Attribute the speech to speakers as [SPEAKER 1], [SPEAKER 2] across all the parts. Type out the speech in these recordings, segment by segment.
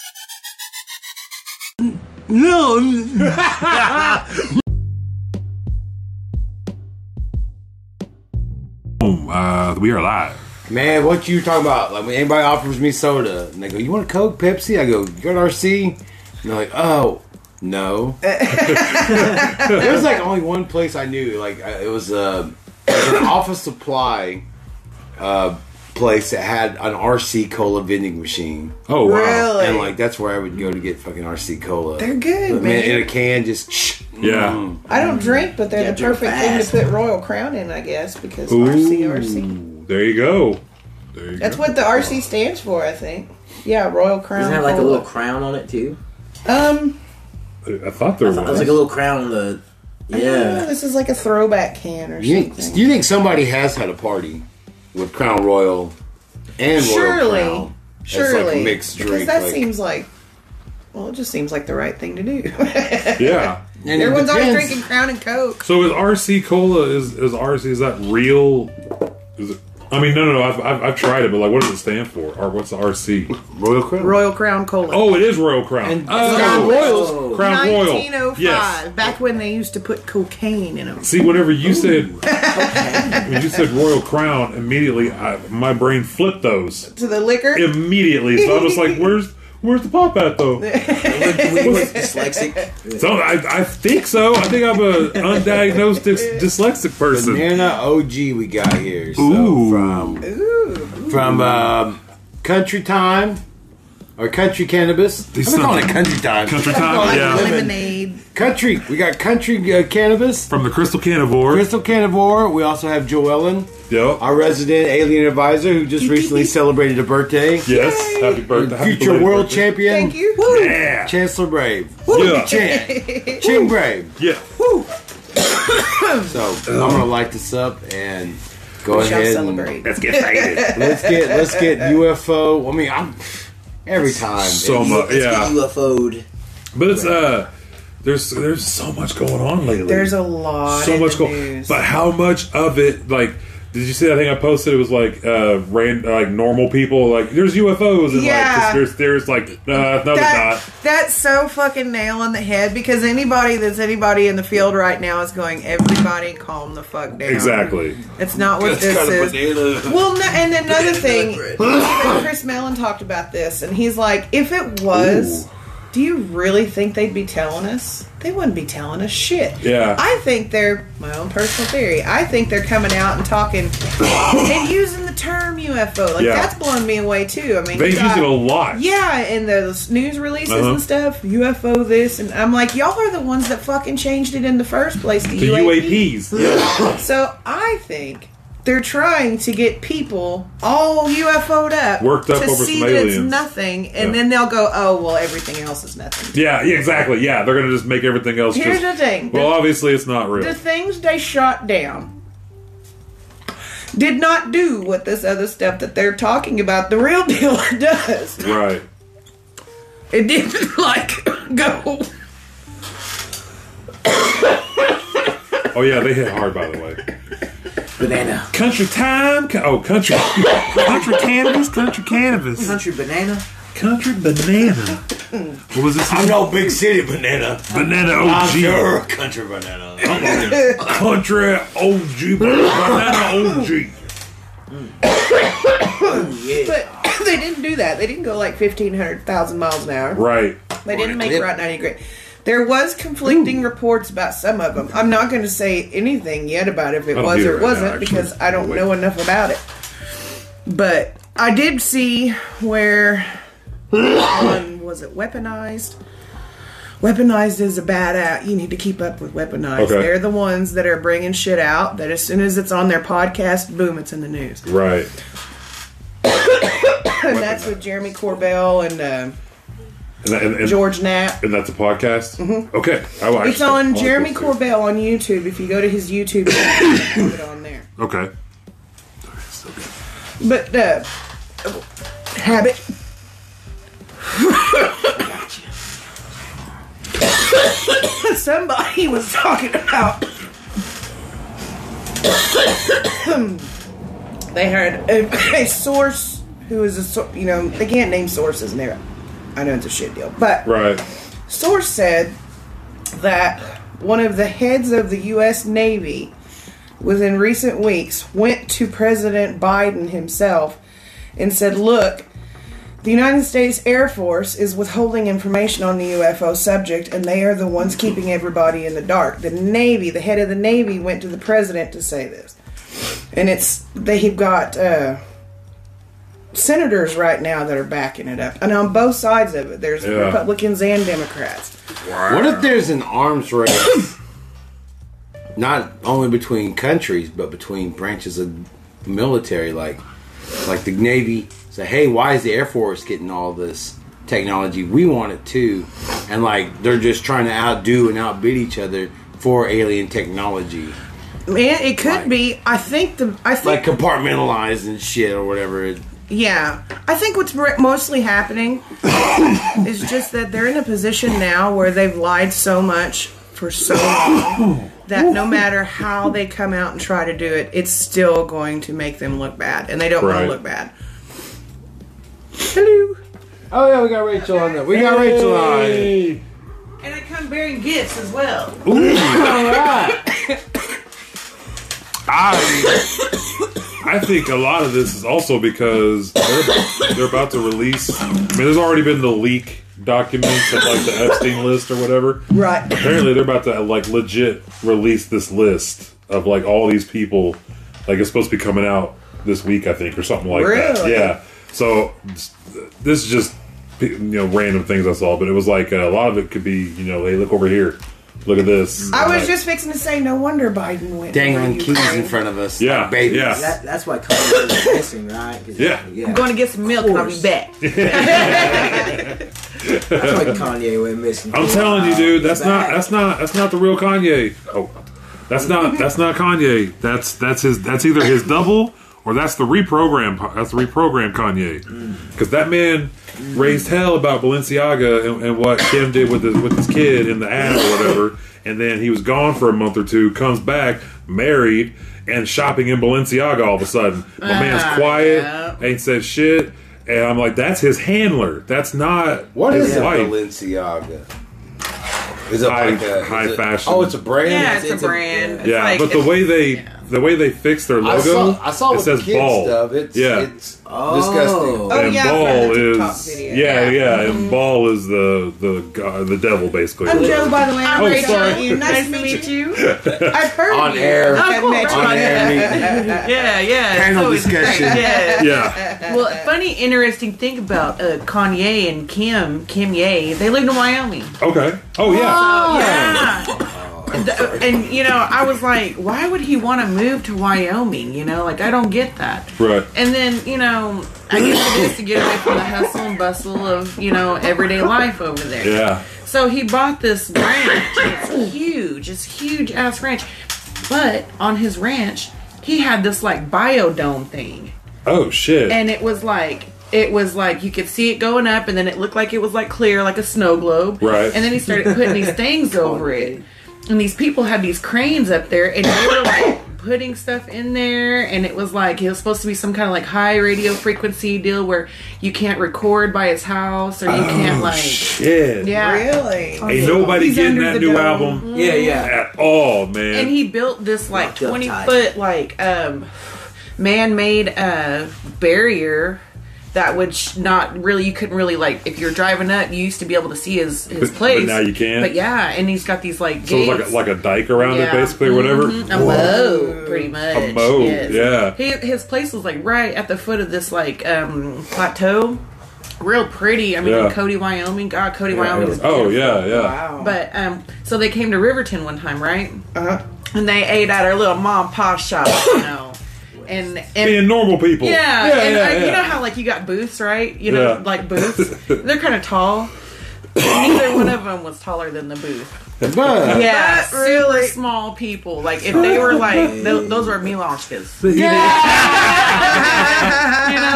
[SPEAKER 1] No.
[SPEAKER 2] uh, we are live.
[SPEAKER 1] Man, what you talking about? Like when anybody offers me soda, and they go, "You want a Coke, Pepsi?" I go, "You got RC?" And they're like, "Oh, no." there was like only one place I knew. Like I- it was, uh, it was an office supply uh, place that had an RC cola vending machine.
[SPEAKER 2] Oh wow.
[SPEAKER 3] Really?
[SPEAKER 1] And like that's where I would go to get fucking RC cola.
[SPEAKER 3] They're good,
[SPEAKER 1] But,
[SPEAKER 3] man.
[SPEAKER 1] In a can, just
[SPEAKER 2] Yeah.
[SPEAKER 3] I don't drink, but they're the
[SPEAKER 4] they're
[SPEAKER 3] perfect thing to
[SPEAKER 4] fast.
[SPEAKER 3] put Royal Crown in, I guess, because RC, RC.
[SPEAKER 2] Ooh, There you go. There you
[SPEAKER 3] That's
[SPEAKER 2] go.
[SPEAKER 3] what the RC stands for, I think. Yeah, Royal Crown.
[SPEAKER 4] Doesn't it have like a
[SPEAKER 3] Cola.
[SPEAKER 4] little crown on it too?
[SPEAKER 3] Um,
[SPEAKER 2] I thought there
[SPEAKER 4] There's
[SPEAKER 2] was.
[SPEAKER 4] like a little crown on the.
[SPEAKER 3] yeah.
[SPEAKER 4] Yeah.
[SPEAKER 3] this is like a throwback can or
[SPEAKER 1] You think,
[SPEAKER 3] something.
[SPEAKER 1] you think somebody has had a party with Crown Royal and
[SPEAKER 3] Surely.
[SPEAKER 1] Royal Crown? as, like, a
[SPEAKER 3] Surely,
[SPEAKER 1] mixed
[SPEAKER 3] because
[SPEAKER 1] drink,
[SPEAKER 3] that
[SPEAKER 1] like-
[SPEAKER 3] seems like. Well, it just seems like the right thing to do.
[SPEAKER 2] yeah.
[SPEAKER 1] And it
[SPEAKER 3] Everyone's always
[SPEAKER 1] depends-
[SPEAKER 3] drinking Crown and Coke.
[SPEAKER 2] So is RC cola is is RC is that real? Is it? I mean, no, no, no. I've, I've, I've tried it, but like, what does it stand for? Or what's the RC?
[SPEAKER 1] Royal Crown.
[SPEAKER 3] Royal Crown Cola.
[SPEAKER 2] Oh, it is Royal Crown.
[SPEAKER 1] And-
[SPEAKER 2] oh,
[SPEAKER 1] Crown
[SPEAKER 4] Royals.
[SPEAKER 2] Crown Royal.
[SPEAKER 3] 1905,
[SPEAKER 2] Yes.
[SPEAKER 3] back when they used to put cocaine in them.
[SPEAKER 2] See, whenever you said when you said Royal Crown, immediately I, my brain flipped those
[SPEAKER 3] To the liquor?
[SPEAKER 2] immediately. So I was like, "Where's where's the pop at though?"
[SPEAKER 4] we were dyslexic.
[SPEAKER 2] So I, I think so. I think I'm a undiagnosed dys- dyslexic
[SPEAKER 1] The
[SPEAKER 2] person.
[SPEAKER 1] Nana OG we got here. So
[SPEAKER 2] Ooh.
[SPEAKER 1] From,
[SPEAKER 3] Ooh.
[SPEAKER 1] from um, Country Time or Country Cannabis. I've been calling it Country Time.
[SPEAKER 2] Country
[SPEAKER 3] Oh,
[SPEAKER 2] time,
[SPEAKER 3] like
[SPEAKER 2] yeah.
[SPEAKER 3] lemonade.
[SPEAKER 1] Country. We got Country uh, Cannabis.
[SPEAKER 2] From the Crystal Carnivore.
[SPEAKER 1] Crystal Cannivore. We also have Joellen,
[SPEAKER 2] Yep.
[SPEAKER 1] our resident alien advisor who just recently celebrated a birthday.
[SPEAKER 2] yes. Happy birthday. happy
[SPEAKER 1] Future
[SPEAKER 2] belated
[SPEAKER 1] world
[SPEAKER 2] birthday.
[SPEAKER 1] champion.
[SPEAKER 3] Thank you. Woo.
[SPEAKER 2] Yeah.
[SPEAKER 1] Chancellor Brave.
[SPEAKER 2] Yeah.
[SPEAKER 1] Chan. Chin Brave.
[SPEAKER 2] Yeah.
[SPEAKER 1] So I'm gonna light this up and go
[SPEAKER 3] We shall
[SPEAKER 1] ahead
[SPEAKER 3] celebrate.
[SPEAKER 2] Let's get faded.
[SPEAKER 1] and let's get let's get UFO. I mean, I'm every time.
[SPEAKER 2] so
[SPEAKER 1] It's-
[SPEAKER 2] much. Yeah.
[SPEAKER 4] UFO'd.
[SPEAKER 2] But it's uh. There's there's so much going on lately.
[SPEAKER 3] There's a lot.
[SPEAKER 2] so
[SPEAKER 3] in
[SPEAKER 2] much
[SPEAKER 3] the
[SPEAKER 2] going.
[SPEAKER 3] news.
[SPEAKER 2] But how much of it like? Did you see that thing I posted? It was like uh, ran, like normal people like there's UFOs and
[SPEAKER 3] Yeah.
[SPEAKER 2] like there's there's like uh, no, there's
[SPEAKER 3] That-
[SPEAKER 2] not.
[SPEAKER 3] That's so fucking nail on the head because anybody that's anybody in the field right now is going, everybody calm the fuck down.
[SPEAKER 2] Exactly.
[SPEAKER 3] It's not what this is. Well, no, and another thing, even Chris Mellon talked about this, and he's like, if it was,
[SPEAKER 2] Ooh.
[SPEAKER 3] do you really think they'd be telling us? They wouldn't be telling us shit.
[SPEAKER 2] Yeah.
[SPEAKER 3] I think they're, my own personal theory, I think they're coming out and talking and using the term UFO. Like,
[SPEAKER 2] Yeah.
[SPEAKER 3] that's blown me away, too. I mean,
[SPEAKER 2] They
[SPEAKER 3] you
[SPEAKER 2] use
[SPEAKER 3] got-
[SPEAKER 2] it a lot.
[SPEAKER 3] Yeah, and those news releases
[SPEAKER 2] Uh-huh.
[SPEAKER 3] and stuff, UFO this, and I'm like, y'all are the ones that fucking changed it in the first place to
[SPEAKER 2] The UAPs. Yeah.
[SPEAKER 3] so I think they're trying to get people all UFO'd up,
[SPEAKER 2] Worked up
[SPEAKER 3] to
[SPEAKER 2] over
[SPEAKER 3] see
[SPEAKER 2] some
[SPEAKER 3] that it's
[SPEAKER 2] aliens.
[SPEAKER 3] nothing, and
[SPEAKER 2] Yeah.
[SPEAKER 3] then they'll go, "Oh, well, everything else is nothing."
[SPEAKER 2] yeah, yeah, exactly. Yeah, they're gonna just make everything else.
[SPEAKER 3] Here's
[SPEAKER 2] just,
[SPEAKER 3] the thing:
[SPEAKER 2] well, obviously it's not real.
[SPEAKER 3] the, the things they shot down did not do what this other stuff that they're talking about, the real deal, does.
[SPEAKER 2] right.
[SPEAKER 3] It didn't like go.
[SPEAKER 2] Oh yeah, they hit hard by the way.
[SPEAKER 4] Banana.
[SPEAKER 2] Country time. co- Oh, country. country cannabis. Country cannabis.
[SPEAKER 4] Country banana.
[SPEAKER 2] Country banana. What was this?
[SPEAKER 1] I'm no big city banana.
[SPEAKER 2] banana
[SPEAKER 1] I'm
[SPEAKER 2] OG.
[SPEAKER 1] sure a country banana.
[SPEAKER 2] Country OG. Banana OG.
[SPEAKER 3] But they didn't do that. They didn't go like fifteen hundred thousand miles an hour.
[SPEAKER 2] Right.
[SPEAKER 3] They didn't make Route 90 great. There was conflicting reports about some of them. I'm not going to say anything yet about if it
[SPEAKER 2] I don't
[SPEAKER 3] was
[SPEAKER 2] either
[SPEAKER 3] or
[SPEAKER 2] right
[SPEAKER 3] wasn't
[SPEAKER 2] now, actually.
[SPEAKER 3] because I don't
[SPEAKER 2] Wait.
[SPEAKER 3] know enough about it. But I did see where one was it weaponized. Weaponized is a bad out. You need to keep up with weaponized.
[SPEAKER 2] Okay.
[SPEAKER 3] They're the ones that are bringing shit out that as soon as it's on their podcast, boom, it's in the news.
[SPEAKER 2] Right.
[SPEAKER 3] And that's with Jeremy Corbell and uh,
[SPEAKER 2] And, that- and, and,
[SPEAKER 3] George Knapp.
[SPEAKER 2] and that's a podcast. Mm-hmm. Okay. I will
[SPEAKER 3] It's
[SPEAKER 2] actually- I'll
[SPEAKER 3] on
[SPEAKER 2] like
[SPEAKER 3] Jeremy
[SPEAKER 2] this too.
[SPEAKER 3] Corbell on YouTube. If you go to his YouTube, channel, he'll have it on there.
[SPEAKER 2] Okay.
[SPEAKER 3] But uh, habit. Somebody was talking about. they heard a, a source who is a sor- you know they can't name sources and they're I know it's a shit deal, but
[SPEAKER 2] Right.
[SPEAKER 3] source said that one of the heads of the U.S. Navy within recent weeks went to President Biden himself and said, Look, the United States Air Force is withholding information on the UFO subject, and they are the ones keeping everybody in the dark. The Navy, the head of the Navy, went to the president to say this. And it's, they've got uh, senators right now that are backing it up. And on both sides of it, there's
[SPEAKER 2] Yeah.
[SPEAKER 3] Republicans and Democrats.
[SPEAKER 1] What if there's an arms race, not only between countries but between branches of military, like like the Navy? Say, hey, why is the Air Force getting all this technology? We want it too, and like they're just trying to outdo and outbid each other for alien technology,
[SPEAKER 3] Man, it could
[SPEAKER 1] Right.
[SPEAKER 3] be. I think the. I think
[SPEAKER 1] like uh, compartmentalized and shit or whatever. It,
[SPEAKER 3] Yeah, I think what's re- mostly happening is just that they're in a position now where they've lied so much for so long that no matter how they come out and try to do it, it's still going to make them look bad, and they don't want
[SPEAKER 2] Right.
[SPEAKER 3] to look bad. Hello.
[SPEAKER 1] oh yeah, we got Rachel on that. We got Rachel on.
[SPEAKER 3] And I come bearing gifts as well.
[SPEAKER 1] All right.
[SPEAKER 2] I I think a lot of this is also because they're, they're about to release. I mean, there's already been the leak documents of like the Epstein list or whatever.
[SPEAKER 3] Right.
[SPEAKER 2] Apparently, they're about to like legit release this list of like all these people. Like it's supposed to be coming out this week, I think, or something like that.
[SPEAKER 3] Really?
[SPEAKER 2] Yeah. So this is just you know random things I saw, but it was like uh, a lot of it could be you know, hey, look over here, look at this.
[SPEAKER 3] I was
[SPEAKER 2] Like,
[SPEAKER 3] just fixing to say, no wonder Biden went.
[SPEAKER 1] Dangling
[SPEAKER 3] over
[SPEAKER 1] keys in
[SPEAKER 3] Ukraine.
[SPEAKER 1] front of us.
[SPEAKER 2] Yeah,
[SPEAKER 1] like babies.
[SPEAKER 2] yeah.
[SPEAKER 4] That, that's why Congress is missing, right? 'Cause-
[SPEAKER 2] Yeah.
[SPEAKER 4] yeah.
[SPEAKER 5] I'm going to get some milk and I'll be
[SPEAKER 4] course.
[SPEAKER 5] back.
[SPEAKER 4] That's why Kanye went missing.
[SPEAKER 2] I'm telling you, dude, that's
[SPEAKER 4] He's
[SPEAKER 2] not
[SPEAKER 4] back.
[SPEAKER 2] that's not that's not the real Kanye. Oh, that's not that's not Kanye. That's that's his that's either his double or that's the reprogram. That's the reprogram Kanye, because that man raised hell about Balenciaga and, and what Kim did with his with his kid in the ad or whatever, and then he was gone for a month or two, comes back married and shopping in Balenciaga all of a sudden. My man's quiet, ain't said shit. And I'm like, that's his handler. That's not
[SPEAKER 1] What
[SPEAKER 2] his
[SPEAKER 1] is a
[SPEAKER 2] wife.
[SPEAKER 1] Balenciaga? Is it
[SPEAKER 2] High-
[SPEAKER 1] like a is
[SPEAKER 2] high
[SPEAKER 1] it-
[SPEAKER 2] fashion.
[SPEAKER 1] Oh, it's a brand.
[SPEAKER 5] Yeah, it's,
[SPEAKER 4] it's
[SPEAKER 5] a
[SPEAKER 4] a-
[SPEAKER 5] brand. It's
[SPEAKER 2] Yeah,
[SPEAKER 5] like-
[SPEAKER 2] but the
[SPEAKER 5] it's-
[SPEAKER 2] way they the way they fix their
[SPEAKER 1] I
[SPEAKER 2] logo,
[SPEAKER 1] saw. I saw
[SPEAKER 2] it
[SPEAKER 1] with
[SPEAKER 2] says
[SPEAKER 1] kids
[SPEAKER 2] ball.
[SPEAKER 1] stuff. It's,
[SPEAKER 2] yeah,
[SPEAKER 1] it's
[SPEAKER 4] Oh.
[SPEAKER 1] disgusting.
[SPEAKER 3] Oh,
[SPEAKER 2] and
[SPEAKER 3] yeah, I've
[SPEAKER 2] ball
[SPEAKER 3] heard the TikTok
[SPEAKER 2] is
[SPEAKER 3] video.
[SPEAKER 2] yeah, yeah,
[SPEAKER 5] Mm-hmm.
[SPEAKER 2] and ball is the the god, the devil basically.
[SPEAKER 3] I'm Joe, by the way. I'm
[SPEAKER 2] Oh,
[SPEAKER 3] Rachel.
[SPEAKER 2] sorry.
[SPEAKER 3] You. Nice to meet you. I've heard
[SPEAKER 1] On
[SPEAKER 3] you.
[SPEAKER 1] air.
[SPEAKER 3] I've
[SPEAKER 5] Oh,
[SPEAKER 3] met
[SPEAKER 5] cool.
[SPEAKER 3] you.
[SPEAKER 1] On air meeting.
[SPEAKER 5] yeah, yeah. it's
[SPEAKER 1] Panel
[SPEAKER 5] always great.
[SPEAKER 1] discussion.
[SPEAKER 5] Yeah.
[SPEAKER 2] yeah,
[SPEAKER 5] Well, funny, interesting thing about uh, Kanye and Kim, Kim Ye, they lived in Wyoming.
[SPEAKER 2] okay, oh yeah,
[SPEAKER 5] Yeah. The- and, you know, I was like, why would he want to move to Wyoming? You know, like, I don't get that.
[SPEAKER 2] right,
[SPEAKER 5] And then, you know, I guess it is to get away from the hustle and bustle of, you know, everyday life over there.
[SPEAKER 2] yeah,
[SPEAKER 5] So he bought this ranch. It's huge. It's huge ass ranch. But on his ranch, he had this like biodome thing.
[SPEAKER 2] oh shit,
[SPEAKER 5] And it was like it was like you could see it going up and then it looked like it was like clear like a snow globe.
[SPEAKER 2] Right.
[SPEAKER 5] And then he started putting these things over it. And these people had these cranes up there and they were like putting stuff in there and it was like it was supposed to be some kind of like high radio frequency deal where you can't record by his house or you can't like
[SPEAKER 2] shit,
[SPEAKER 5] Yeah.
[SPEAKER 3] Really?
[SPEAKER 2] ain't nobody
[SPEAKER 3] He's
[SPEAKER 2] getting
[SPEAKER 3] under
[SPEAKER 2] that
[SPEAKER 3] the
[SPEAKER 2] new
[SPEAKER 3] dome.
[SPEAKER 2] album
[SPEAKER 4] Yeah, yeah.
[SPEAKER 2] at all, man.
[SPEAKER 5] Mm-hmm. and he built this like
[SPEAKER 4] Locked up
[SPEAKER 5] 20
[SPEAKER 4] tight.
[SPEAKER 5] foot like um man-made uh barrier that would sh- not really you couldn't really like if you're driving up you used to be able to see his
[SPEAKER 2] But-
[SPEAKER 5] his
[SPEAKER 2] but
[SPEAKER 5] place
[SPEAKER 2] now you can't?
[SPEAKER 5] but yeah and he's got these like
[SPEAKER 2] so
[SPEAKER 5] gates
[SPEAKER 2] it's like a, like a dike around it,
[SPEAKER 5] Yeah. Mm-hmm.
[SPEAKER 2] basically, or whatever.
[SPEAKER 5] a mow, pretty much.
[SPEAKER 2] A mow, yeah.
[SPEAKER 5] He, his place was like right at the foot of this like um plateau, real pretty. I mean,
[SPEAKER 2] Yeah.
[SPEAKER 5] Cody, Wyoming. God, Cody, Wyoming is
[SPEAKER 2] Oh yeah, yeah.
[SPEAKER 3] Wow.
[SPEAKER 5] but um, so they came to Riverton one time, right?
[SPEAKER 3] Uh-huh.
[SPEAKER 5] And they ate at our little mom and pop shop, you know. And and
[SPEAKER 2] Being normal people,
[SPEAKER 5] yeah,
[SPEAKER 2] yeah,
[SPEAKER 5] and
[SPEAKER 2] yeah,
[SPEAKER 5] like, you
[SPEAKER 2] yeah.
[SPEAKER 5] know how like you got booths, right? You know,
[SPEAKER 2] Yeah.
[SPEAKER 5] like booths. They're kind of tall. Neither one of them was taller than the booth.
[SPEAKER 1] But
[SPEAKER 5] Yeah,
[SPEAKER 3] But really-
[SPEAKER 5] super small people. Like if they were like th- those were Milanchkas. you know,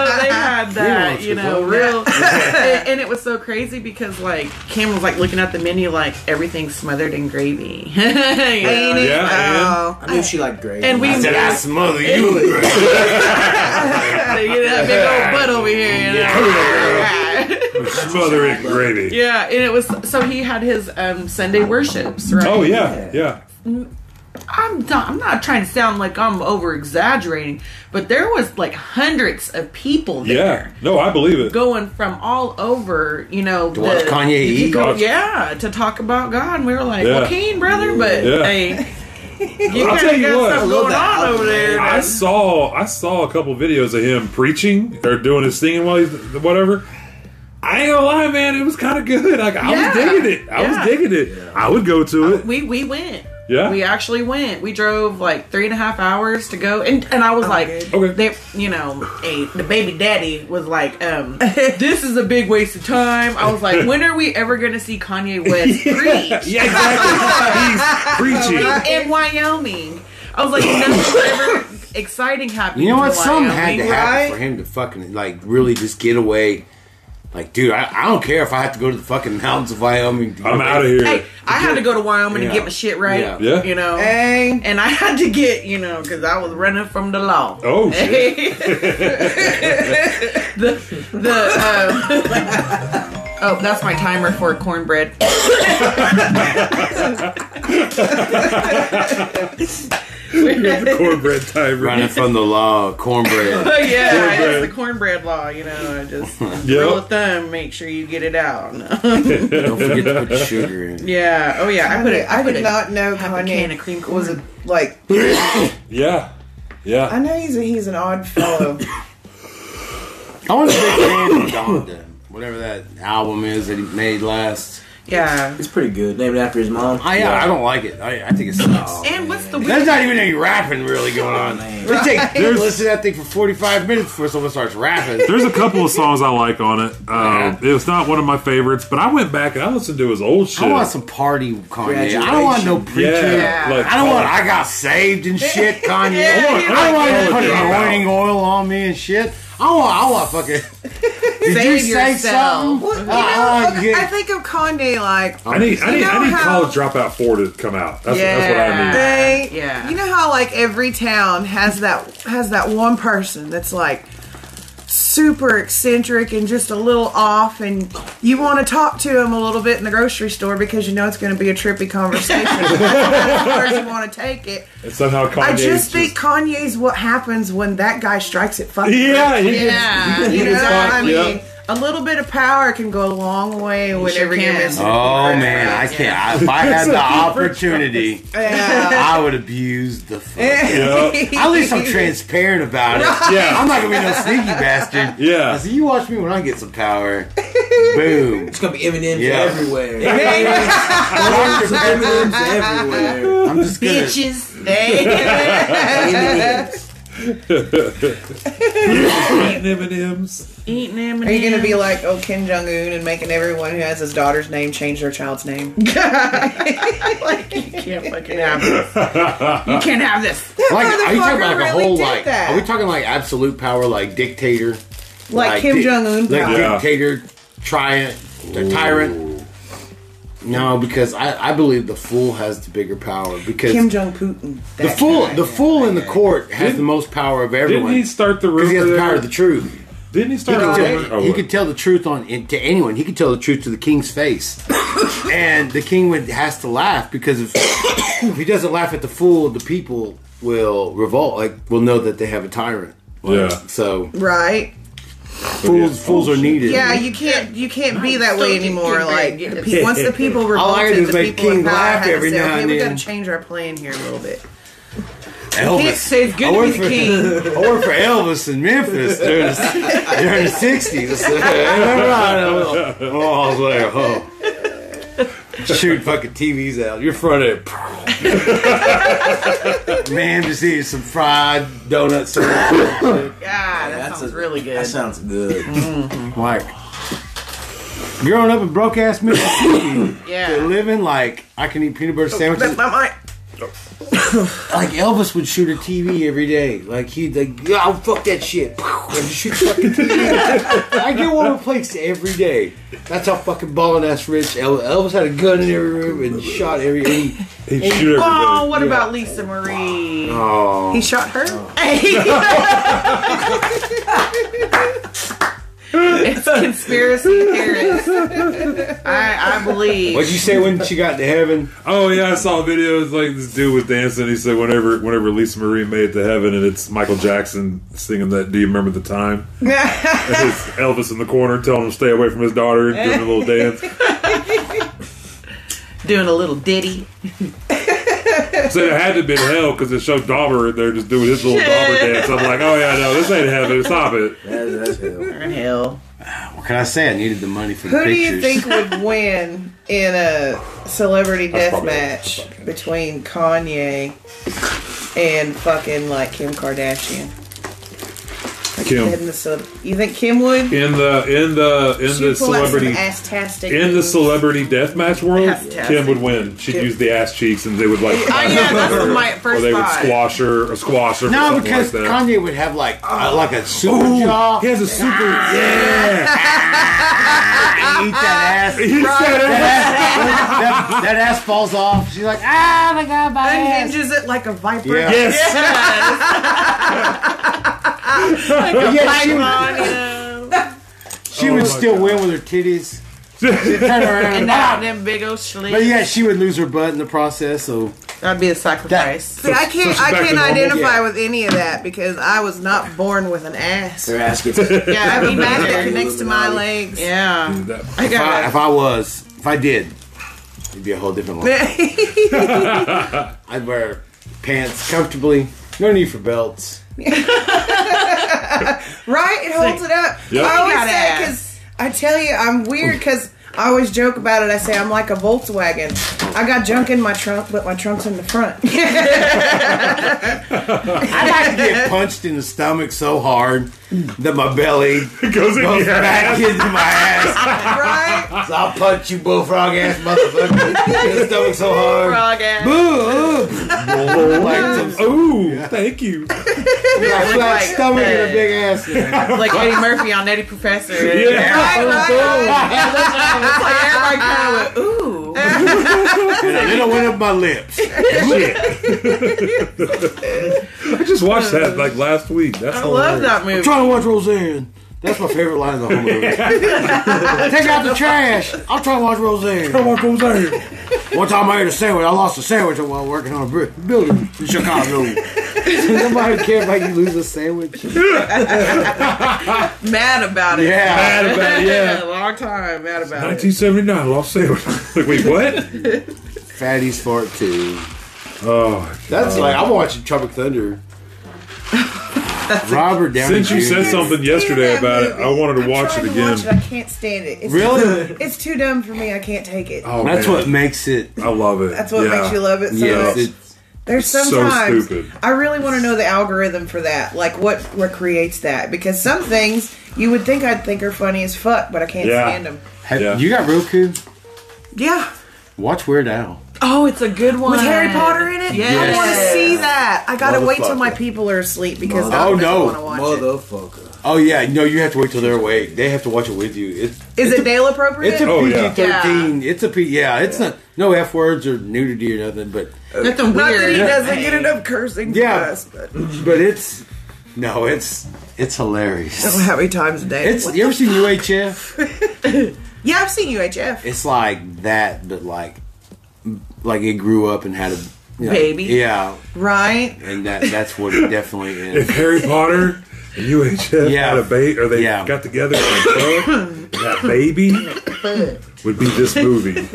[SPEAKER 5] they had that. You know, real. and, and it was so crazy because like Kim was like looking at the menu, like everything's smothered in gravy. You know,
[SPEAKER 2] yeah, and-
[SPEAKER 3] Oh.
[SPEAKER 4] I knew she liked Grey.
[SPEAKER 5] and we
[SPEAKER 1] did I smother you?
[SPEAKER 5] They get that big old butt over here. You know?
[SPEAKER 2] smother it in gravy.
[SPEAKER 5] Yeah, and it was so he had his um, Sunday worships, right?
[SPEAKER 2] Oh yeah, yeah.
[SPEAKER 5] I'm not, I'm not trying to sound like I'm over exaggerating, but there was like hundreds of people there
[SPEAKER 2] Yeah. No, I believe it.
[SPEAKER 5] going from all over, you know, to
[SPEAKER 1] watch Kanye eat?
[SPEAKER 5] yeah, to talk about God. And we were like,
[SPEAKER 2] Yeah.
[SPEAKER 5] well, Keen, brother, but
[SPEAKER 2] Yeah.
[SPEAKER 5] hey, you
[SPEAKER 2] I'll
[SPEAKER 5] kind
[SPEAKER 2] tell
[SPEAKER 5] of
[SPEAKER 2] you
[SPEAKER 5] got
[SPEAKER 2] what, I
[SPEAKER 5] stuff
[SPEAKER 2] love
[SPEAKER 5] going
[SPEAKER 4] that
[SPEAKER 5] on
[SPEAKER 4] album,
[SPEAKER 5] over there.
[SPEAKER 2] I saw I saw a couple videos of him preaching or doing his singing while he's whatever. I ain't gonna lie, man, it was kind of good. Like I
[SPEAKER 5] Yeah.
[SPEAKER 2] was digging it. I
[SPEAKER 5] Yeah.
[SPEAKER 2] was digging it. I would go to it.
[SPEAKER 5] we we went.
[SPEAKER 2] Yeah?
[SPEAKER 5] we actually went. We drove like three and a half hours to go, and and I was
[SPEAKER 2] Oh,
[SPEAKER 5] like,
[SPEAKER 2] Okay.
[SPEAKER 5] they, you know, a, the baby daddy was like, um, this is a big waste of time. I was like, when are we ever gonna see Kanye West preach
[SPEAKER 2] Yeah, exactly. he's preaching.
[SPEAKER 5] in Wyoming? I was like, nothing's ever exciting happening.
[SPEAKER 1] You know
[SPEAKER 5] in
[SPEAKER 1] what? Something had
[SPEAKER 5] Wyoming,
[SPEAKER 1] to happen
[SPEAKER 5] right?
[SPEAKER 1] for him to fucking like really just get away. Like, dude, I, I don't care if I have to go to the fucking mountains of Wyoming. to-
[SPEAKER 2] I'm out of here.
[SPEAKER 5] Hey, I had to go to Wyoming
[SPEAKER 1] Yeah.
[SPEAKER 5] to get my shit right.
[SPEAKER 1] Yeah.
[SPEAKER 2] Yeah.
[SPEAKER 5] You know.
[SPEAKER 3] Hey.
[SPEAKER 5] and I had to get, you know, because I was running from the law.
[SPEAKER 2] Oh shit.
[SPEAKER 5] the the um, oh, that's my timer for cornbread.
[SPEAKER 2] Here's the cornbread timer.
[SPEAKER 1] Running from the law, cornbread.
[SPEAKER 5] But Oh, yeah,
[SPEAKER 2] Cornbread.
[SPEAKER 5] it's the cornbread law. You know, I just rule of
[SPEAKER 2] Yep.
[SPEAKER 5] thumb, make sure you get it out.
[SPEAKER 1] Don't forget to put sugar in.
[SPEAKER 5] yeah. Oh yeah, I put it.
[SPEAKER 3] I
[SPEAKER 5] I put
[SPEAKER 3] did
[SPEAKER 5] it.
[SPEAKER 3] not know
[SPEAKER 5] Half a can of
[SPEAKER 3] Kanye
[SPEAKER 5] cream corn.
[SPEAKER 3] was a like.
[SPEAKER 2] Yeah.
[SPEAKER 3] I
[SPEAKER 2] Yeah.
[SPEAKER 3] know he's a, he's an odd fellow.
[SPEAKER 1] I want to be a fan of Donda, whatever that album is that he made last.
[SPEAKER 5] yeah.
[SPEAKER 4] It's pretty good. Named after his mom.
[SPEAKER 1] I I don't like it. I, I think it sucks.
[SPEAKER 5] And what's the
[SPEAKER 1] There's
[SPEAKER 5] weird?
[SPEAKER 1] not even any rapping really going on.
[SPEAKER 4] man.
[SPEAKER 1] They take they listen to that thing for 45 minutes before someone starts rapping.
[SPEAKER 2] There's a couple of songs I like on it. Um,
[SPEAKER 1] Yeah.
[SPEAKER 2] It's not one of my favorites, but I went back and I listened to his old shit.
[SPEAKER 1] I want some party Kanye. I don't want no preacher.
[SPEAKER 2] yeah, like,
[SPEAKER 1] I don't want. I got saved and shit, Kanye. I don't want you
[SPEAKER 2] Oh,
[SPEAKER 1] putting
[SPEAKER 2] yeah.
[SPEAKER 1] anointing oil on me and shit. I want. I want fucking. Did you
[SPEAKER 5] Save
[SPEAKER 1] say
[SPEAKER 5] yourself.
[SPEAKER 1] something? Uh,
[SPEAKER 3] well, you know,
[SPEAKER 1] I want to
[SPEAKER 3] okay, I
[SPEAKER 1] get-
[SPEAKER 3] think of Kanye like
[SPEAKER 2] I need, I
[SPEAKER 3] You
[SPEAKER 2] need,
[SPEAKER 3] know
[SPEAKER 2] I need
[SPEAKER 3] how-
[SPEAKER 2] college dropout four to come out. That's, that's what I need.
[SPEAKER 5] Yeah.
[SPEAKER 3] they.
[SPEAKER 5] Yeah.
[SPEAKER 3] You know how like every town has that has that one person that's like super eccentric and just a little off, and you want to talk to him a little bit in the grocery store because you know it's going to be a trippy conversation. Where you want to take it?
[SPEAKER 2] And somehow Kanye.
[SPEAKER 3] I just think Kanye's what happens when that guy strikes it fucking.
[SPEAKER 2] Yeah, he
[SPEAKER 5] Yeah.
[SPEAKER 2] Gets, he
[SPEAKER 3] You know,
[SPEAKER 2] gets fucked,
[SPEAKER 3] I mean,
[SPEAKER 2] yeah.
[SPEAKER 3] a little bit of power can go a long way whenever
[SPEAKER 5] sure
[SPEAKER 3] you're
[SPEAKER 5] can.
[SPEAKER 3] missing.
[SPEAKER 1] Oh man, I can't. I, if I had the opportunity,
[SPEAKER 3] Yeah.
[SPEAKER 1] I would abuse the. Fuck.
[SPEAKER 2] Yeah.
[SPEAKER 1] At least I'm transparent about it.
[SPEAKER 2] Yeah.
[SPEAKER 1] I'm not gonna be no sneaky bastard.
[SPEAKER 2] Yeah.
[SPEAKER 1] I said, you watch me when I get some power. Boom.
[SPEAKER 4] It's gonna be Eminem's
[SPEAKER 1] Yeah.
[SPEAKER 4] everywhere.
[SPEAKER 1] I'm just-
[SPEAKER 4] Eminem's everywhere.
[SPEAKER 1] I'm just gonna.
[SPEAKER 5] Bitches. They.
[SPEAKER 4] Eminem's.
[SPEAKER 2] Eating M&M's.
[SPEAKER 5] Eating them.
[SPEAKER 3] Are you gonna be like, oh, Kim Jong Un, and making everyone who has his daughter's name change their child's name?
[SPEAKER 5] can't fucking have this. You can't have this.
[SPEAKER 1] Like, are you talking about
[SPEAKER 3] motherfucker
[SPEAKER 1] like a whole
[SPEAKER 3] really did
[SPEAKER 1] like?
[SPEAKER 3] that.
[SPEAKER 1] Are we talking like absolute power, like dictator,
[SPEAKER 3] Like Kim
[SPEAKER 1] di-
[SPEAKER 3] Jong-un
[SPEAKER 1] like
[SPEAKER 3] power.
[SPEAKER 2] Yeah.
[SPEAKER 1] dictator, triant, the tyrant? No, because I, I believe the fool has the bigger power because
[SPEAKER 3] Kim Jong Putin.
[SPEAKER 1] the fool the fool in the court has the most power of
[SPEAKER 2] Didn't
[SPEAKER 1] everyone
[SPEAKER 2] he start the
[SPEAKER 1] because he has the power
[SPEAKER 2] rumor?
[SPEAKER 1] of the truth.
[SPEAKER 2] Didn't he
[SPEAKER 1] He
[SPEAKER 2] start
[SPEAKER 1] could,
[SPEAKER 2] the
[SPEAKER 1] tell,
[SPEAKER 2] rumor? Oh,
[SPEAKER 1] he
[SPEAKER 2] wait.
[SPEAKER 1] could tell the truth on in- to anyone. He could tell the truth to the king's face, and the king would has to laugh because if, if he doesn't laugh at the fool, the people will revolt. Like will know that they have a tyrant. Like,
[SPEAKER 2] Yeah.
[SPEAKER 1] So
[SPEAKER 3] Right?
[SPEAKER 1] fools,
[SPEAKER 2] yeah.
[SPEAKER 1] fools
[SPEAKER 2] Oh,
[SPEAKER 1] are
[SPEAKER 2] shit.
[SPEAKER 1] needed.
[SPEAKER 3] Yeah, you can't you can't be that
[SPEAKER 5] still
[SPEAKER 3] way
[SPEAKER 5] get
[SPEAKER 3] anymore.
[SPEAKER 5] Kim
[SPEAKER 3] Like
[SPEAKER 5] Jong-un.
[SPEAKER 3] the pe- once the people
[SPEAKER 1] All I do
[SPEAKER 3] revolted,
[SPEAKER 1] is
[SPEAKER 3] the
[SPEAKER 1] make
[SPEAKER 3] people
[SPEAKER 1] King
[SPEAKER 3] in power
[SPEAKER 1] laugh
[SPEAKER 3] had to
[SPEAKER 1] every
[SPEAKER 3] say,
[SPEAKER 1] now
[SPEAKER 3] okay,
[SPEAKER 1] and
[SPEAKER 3] we gotta
[SPEAKER 1] then."
[SPEAKER 3] change our plan here a little bit.
[SPEAKER 5] Can't
[SPEAKER 1] Elvis.
[SPEAKER 5] say it's good
[SPEAKER 1] I
[SPEAKER 5] to be
[SPEAKER 1] worked
[SPEAKER 5] the
[SPEAKER 1] for
[SPEAKER 5] king.
[SPEAKER 1] I worked for Elvis in Memphis during the, during the sixties. oh, I was like, oh. Shoot fucking TVs out. You're front of it. Man, just eating some fried donuts.
[SPEAKER 5] Yeah, that
[SPEAKER 4] That's
[SPEAKER 5] sounds
[SPEAKER 4] a-
[SPEAKER 5] really good.
[SPEAKER 4] That sounds good.
[SPEAKER 1] Like, growing up in broke ass Mississippi,
[SPEAKER 5] yeah.
[SPEAKER 1] living like I can eat peanut butter
[SPEAKER 3] Oh, That's
[SPEAKER 1] sandwiches.
[SPEAKER 3] not my
[SPEAKER 1] Like Elvis would shoot a TV every day. Like he'd like, oh fuck that shit. And just shoot the fucking TV. I get one replaced every day. That's how fucking ballin' ass rich El- Elvis had a gun in every room and shot every. and he-
[SPEAKER 2] He'd shoot everybody.
[SPEAKER 5] Oh, what about Lisa Marie?
[SPEAKER 1] Oh,
[SPEAKER 3] He shot her.
[SPEAKER 5] Hey. It's conspiracy theorists. I, I believe.
[SPEAKER 1] What'd you say when she got to heaven?
[SPEAKER 2] Oh yeah, I saw videos like this dude was dancing. He said whenever whenever Lisa Marie made it to heaven, and it's Michael Jackson singing that. Do you remember the time? And it's Elvis in the corner telling him to stay away from his daughter, doing a little dance.
[SPEAKER 5] Doing a little ditty.
[SPEAKER 2] So it had to be hell because it showed Dauber there just doing his little Dauber dance. I'm like, oh yeah, no, this ain't heaven. Stop it.
[SPEAKER 4] That's, that's hell.
[SPEAKER 5] In hell.
[SPEAKER 1] What can I say? I needed the money for the
[SPEAKER 3] Who do
[SPEAKER 1] pictures.
[SPEAKER 3] you think would win in a celebrity
[SPEAKER 2] That's
[SPEAKER 3] death
[SPEAKER 2] probably-
[SPEAKER 3] match between Kanye and fucking like Kim Kardashian? In
[SPEAKER 2] Kim
[SPEAKER 3] the cele- you think Kim would?
[SPEAKER 2] in the in the in the
[SPEAKER 3] She'd pull out some
[SPEAKER 2] celebrity.
[SPEAKER 3] ass-tastic
[SPEAKER 2] In the
[SPEAKER 3] moves.
[SPEAKER 2] celebrity deathmatch world,
[SPEAKER 5] Fantastic.
[SPEAKER 2] Kim would win. She'd
[SPEAKER 3] Kim-
[SPEAKER 2] use the ass cheeks, and they would like,
[SPEAKER 5] Oh, yeah, that's
[SPEAKER 2] or,
[SPEAKER 5] my first
[SPEAKER 2] or they
[SPEAKER 5] thought.
[SPEAKER 2] would squash her, or squash her.
[SPEAKER 1] No,
[SPEAKER 2] or something
[SPEAKER 1] because
[SPEAKER 2] like that.
[SPEAKER 1] Kanye would have like uh, like a super
[SPEAKER 2] Ooh,
[SPEAKER 1] jaw.
[SPEAKER 2] He has a super. Yeah.
[SPEAKER 1] and eat that ass.
[SPEAKER 2] He said it.
[SPEAKER 1] that, that ass falls off. She's like, ah, my god, my ass.
[SPEAKER 3] Unhinges it like a viper.
[SPEAKER 1] Yeah.
[SPEAKER 2] Yes.
[SPEAKER 1] But yeah, she, would-
[SPEAKER 5] Come on, you know.
[SPEAKER 1] she
[SPEAKER 2] Oh
[SPEAKER 1] would
[SPEAKER 2] my
[SPEAKER 1] still
[SPEAKER 2] God.
[SPEAKER 1] win with her titties. She'd turn around.
[SPEAKER 5] And
[SPEAKER 1] And
[SPEAKER 5] now
[SPEAKER 1] ah.
[SPEAKER 5] them big old schlitz.
[SPEAKER 1] But yeah, she would lose her butt in the process. So
[SPEAKER 5] That'd be a sacrifice.
[SPEAKER 3] See, I can't,
[SPEAKER 2] so she's
[SPEAKER 3] I
[SPEAKER 2] back to
[SPEAKER 3] can't
[SPEAKER 2] normal?
[SPEAKER 3] identify
[SPEAKER 1] Yeah.
[SPEAKER 3] with any of that because I was not born with an ass.
[SPEAKER 4] Their ass gets yeah.
[SPEAKER 3] I have a back that
[SPEAKER 5] neither.
[SPEAKER 3] connects to my legs.
[SPEAKER 5] Yeah.
[SPEAKER 2] That-
[SPEAKER 3] I
[SPEAKER 1] if I,
[SPEAKER 3] got
[SPEAKER 1] if I was, if I did, it'd be a whole different life.
[SPEAKER 3] it.
[SPEAKER 1] I'd wear pants comfortably. No need for belts.
[SPEAKER 3] right? It holds it up.
[SPEAKER 2] Yep.
[SPEAKER 3] I
[SPEAKER 5] You
[SPEAKER 3] always
[SPEAKER 5] got
[SPEAKER 3] say
[SPEAKER 5] ass.
[SPEAKER 3] because I tell you I'm weird because I always joke about it. I say I'm like a Volkswagen. I got junk in my trunk, but my trunk's in the front.
[SPEAKER 1] I'd like to get punched in the stomach so hard that my belly
[SPEAKER 2] It goes in your
[SPEAKER 1] goes
[SPEAKER 2] ass.
[SPEAKER 1] back into my ass.
[SPEAKER 3] right?
[SPEAKER 1] So I'll punch you, bullfrog ass motherfucker, in the stomach so hard.
[SPEAKER 5] Frog ass.
[SPEAKER 1] Ooh, ooh. like some
[SPEAKER 2] Ooh, thank you.
[SPEAKER 1] like flat
[SPEAKER 5] like
[SPEAKER 1] stomach and
[SPEAKER 5] that.
[SPEAKER 1] a big ass.
[SPEAKER 5] like Eddie Murphy on Eddie Professor.
[SPEAKER 2] Yeah.
[SPEAKER 3] Right, right,
[SPEAKER 5] It's like everybody kind of went, ooh.
[SPEAKER 1] and a little one up my lips.
[SPEAKER 2] I just watched that like last week. That's
[SPEAKER 5] I love that movie.
[SPEAKER 1] Trying to watch Roseanne. That's my favorite line in the whole movie. Take out the trash. I'll try to watch Roseanne.
[SPEAKER 2] that.
[SPEAKER 1] One time I ate a sandwich. I lost a sandwich while working on a brick building in Chicago. Nobody care about you lose a sandwich.
[SPEAKER 3] Mad about it.
[SPEAKER 1] Yeah.
[SPEAKER 2] Mad about it,
[SPEAKER 3] Yeah,
[SPEAKER 2] yeah.
[SPEAKER 3] a long time mad about it.
[SPEAKER 2] 1979, Los Angeles. Like, wait, what?
[SPEAKER 1] Fatty's fart too.
[SPEAKER 2] Oh,
[SPEAKER 1] That's like I'm watching Tropic Thunder. Robert Downey.
[SPEAKER 2] since you
[SPEAKER 1] Jr.
[SPEAKER 2] said something yesterday
[SPEAKER 3] Damn
[SPEAKER 2] about
[SPEAKER 3] that
[SPEAKER 2] it,
[SPEAKER 3] movie.
[SPEAKER 2] I wanted to
[SPEAKER 3] I'm
[SPEAKER 2] watch it
[SPEAKER 3] trying
[SPEAKER 2] again.
[SPEAKER 3] watch it, I can't stand it. It's
[SPEAKER 1] Really?
[SPEAKER 3] It's too dumb for me. I can't take it.
[SPEAKER 2] Oh,
[SPEAKER 1] That's
[SPEAKER 2] man.
[SPEAKER 1] what makes it.
[SPEAKER 2] I love it.
[SPEAKER 3] That's what
[SPEAKER 2] Yeah.
[SPEAKER 3] makes you love it so
[SPEAKER 1] Yes,
[SPEAKER 3] much.
[SPEAKER 1] it,
[SPEAKER 3] There's
[SPEAKER 2] so
[SPEAKER 3] sometimes
[SPEAKER 2] stupid.
[SPEAKER 3] I really want to know the algorithm for that, like what what creates that, because some things you would think I'd think are funny as fuck, but I can't
[SPEAKER 2] Yeah.
[SPEAKER 3] stand them.
[SPEAKER 1] have-
[SPEAKER 2] Yeah.
[SPEAKER 1] You got Roku?
[SPEAKER 3] Yeah,
[SPEAKER 1] Watch Weird Al.
[SPEAKER 5] Oh, it's a good one.
[SPEAKER 3] with Harry Potter in it,
[SPEAKER 5] Yes.
[SPEAKER 3] I want to see that. I gotta wait till my
[SPEAKER 1] Motherfucker.
[SPEAKER 3] people are asleep because
[SPEAKER 1] Mother-
[SPEAKER 3] I
[SPEAKER 1] Oh,
[SPEAKER 3] don't
[SPEAKER 1] no.
[SPEAKER 3] want to watch it.
[SPEAKER 4] motherfucker.
[SPEAKER 1] Oh yeah, no, you have to wait till they're awake. They have to watch it with you. It's
[SPEAKER 3] Is it Dale
[SPEAKER 1] it's
[SPEAKER 3] appropriate?
[SPEAKER 1] a
[SPEAKER 2] Oh, yeah.
[SPEAKER 1] PG thirteen. It's a P. Yeah, it's not no f words or nudity or nothing. But
[SPEAKER 5] Nothing
[SPEAKER 3] Not that
[SPEAKER 5] weird.
[SPEAKER 3] he doesn't get enough cursing
[SPEAKER 1] Yeah.
[SPEAKER 3] for us, but
[SPEAKER 1] but it's no, it's it's hilarious.
[SPEAKER 3] how many times a day?
[SPEAKER 1] It's you ever seen UHF?
[SPEAKER 3] yeah, I've seen UHF.
[SPEAKER 1] It's like that, but like like it grew up and had a you know,
[SPEAKER 5] Baby.
[SPEAKER 1] Yeah,
[SPEAKER 3] right?
[SPEAKER 1] and that that's what it definitely
[SPEAKER 2] If
[SPEAKER 1] is.
[SPEAKER 2] Harry Potter and UHF
[SPEAKER 1] Yeah.
[SPEAKER 2] had a bait, or they
[SPEAKER 1] Yeah.
[SPEAKER 2] got together and fucked, that baby would be this movie.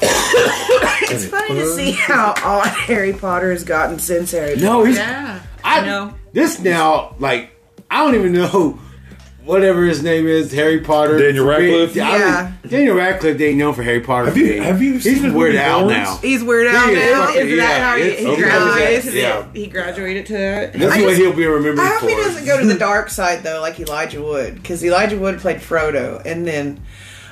[SPEAKER 3] It's funny to see how odd Harry Potter has gotten since Harry. Potter.
[SPEAKER 1] No, he's
[SPEAKER 5] yeah.
[SPEAKER 1] I
[SPEAKER 5] know.
[SPEAKER 1] this now like I don't even know whatever his name is Harry Potter
[SPEAKER 2] Daniel Radcliffe?
[SPEAKER 1] I don't-
[SPEAKER 3] Yeah.
[SPEAKER 1] Daniel Radcliffe ain't known for Harry Potter.
[SPEAKER 2] Have you-
[SPEAKER 1] being-
[SPEAKER 2] have you
[SPEAKER 1] He's
[SPEAKER 2] seen
[SPEAKER 1] been
[SPEAKER 2] the
[SPEAKER 1] Weird
[SPEAKER 2] movie
[SPEAKER 1] Al
[SPEAKER 2] Bones?
[SPEAKER 1] now.
[SPEAKER 3] He's weird out
[SPEAKER 1] He is
[SPEAKER 3] now.
[SPEAKER 1] fucking-
[SPEAKER 5] Is that
[SPEAKER 1] yeah,
[SPEAKER 5] how he,
[SPEAKER 1] it's-
[SPEAKER 5] he
[SPEAKER 1] okay.
[SPEAKER 5] graduated?
[SPEAKER 1] Yeah.
[SPEAKER 5] He graduated to that.
[SPEAKER 1] That's
[SPEAKER 3] I
[SPEAKER 1] what
[SPEAKER 3] just-
[SPEAKER 1] he'll be remembered
[SPEAKER 3] I hope
[SPEAKER 1] for.
[SPEAKER 3] he doesn't go to the dark side though, like Elijah Wood, because Elijah Wood played Frodo, and then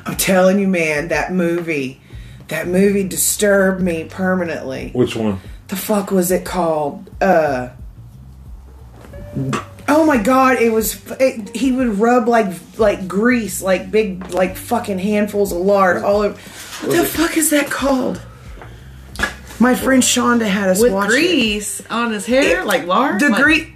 [SPEAKER 3] I'm telling you, man, that movie, that movie disturbed me permanently.
[SPEAKER 2] Which one?
[SPEAKER 3] The fuck was it called? Uh. Oh my god, it was. It, he would rub like like grease, like big like fucking handfuls of lard all over. What the fuck is that called? My friend Shonda had us
[SPEAKER 5] With
[SPEAKER 3] watch it.
[SPEAKER 5] grease on his hair,
[SPEAKER 3] It-
[SPEAKER 5] like Lars.
[SPEAKER 3] The
[SPEAKER 5] like,
[SPEAKER 3] Greek.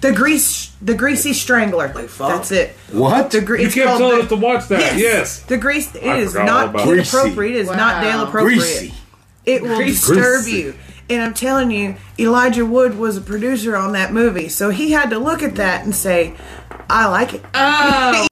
[SPEAKER 3] The grease, the greasy strangler.
[SPEAKER 4] Like fuck?
[SPEAKER 3] That's it.
[SPEAKER 1] What?
[SPEAKER 3] The gre-
[SPEAKER 2] You
[SPEAKER 3] it's
[SPEAKER 2] kept
[SPEAKER 3] called
[SPEAKER 2] telling
[SPEAKER 3] the-
[SPEAKER 2] us to watch that. Yes.
[SPEAKER 3] The grease. It
[SPEAKER 2] I
[SPEAKER 3] is
[SPEAKER 2] forgot all
[SPEAKER 3] not
[SPEAKER 2] about
[SPEAKER 3] kid
[SPEAKER 1] it.
[SPEAKER 3] appropriate. It is
[SPEAKER 5] Wow.
[SPEAKER 3] not Dale appropriate.
[SPEAKER 1] Greasy.
[SPEAKER 3] It will
[SPEAKER 5] Greasy.
[SPEAKER 3] disturb
[SPEAKER 2] Greasy.
[SPEAKER 3] you. And I'm telling you, Elijah Wood was a producer on that movie, so he had to look at that and say, "I like it."
[SPEAKER 5] Oh,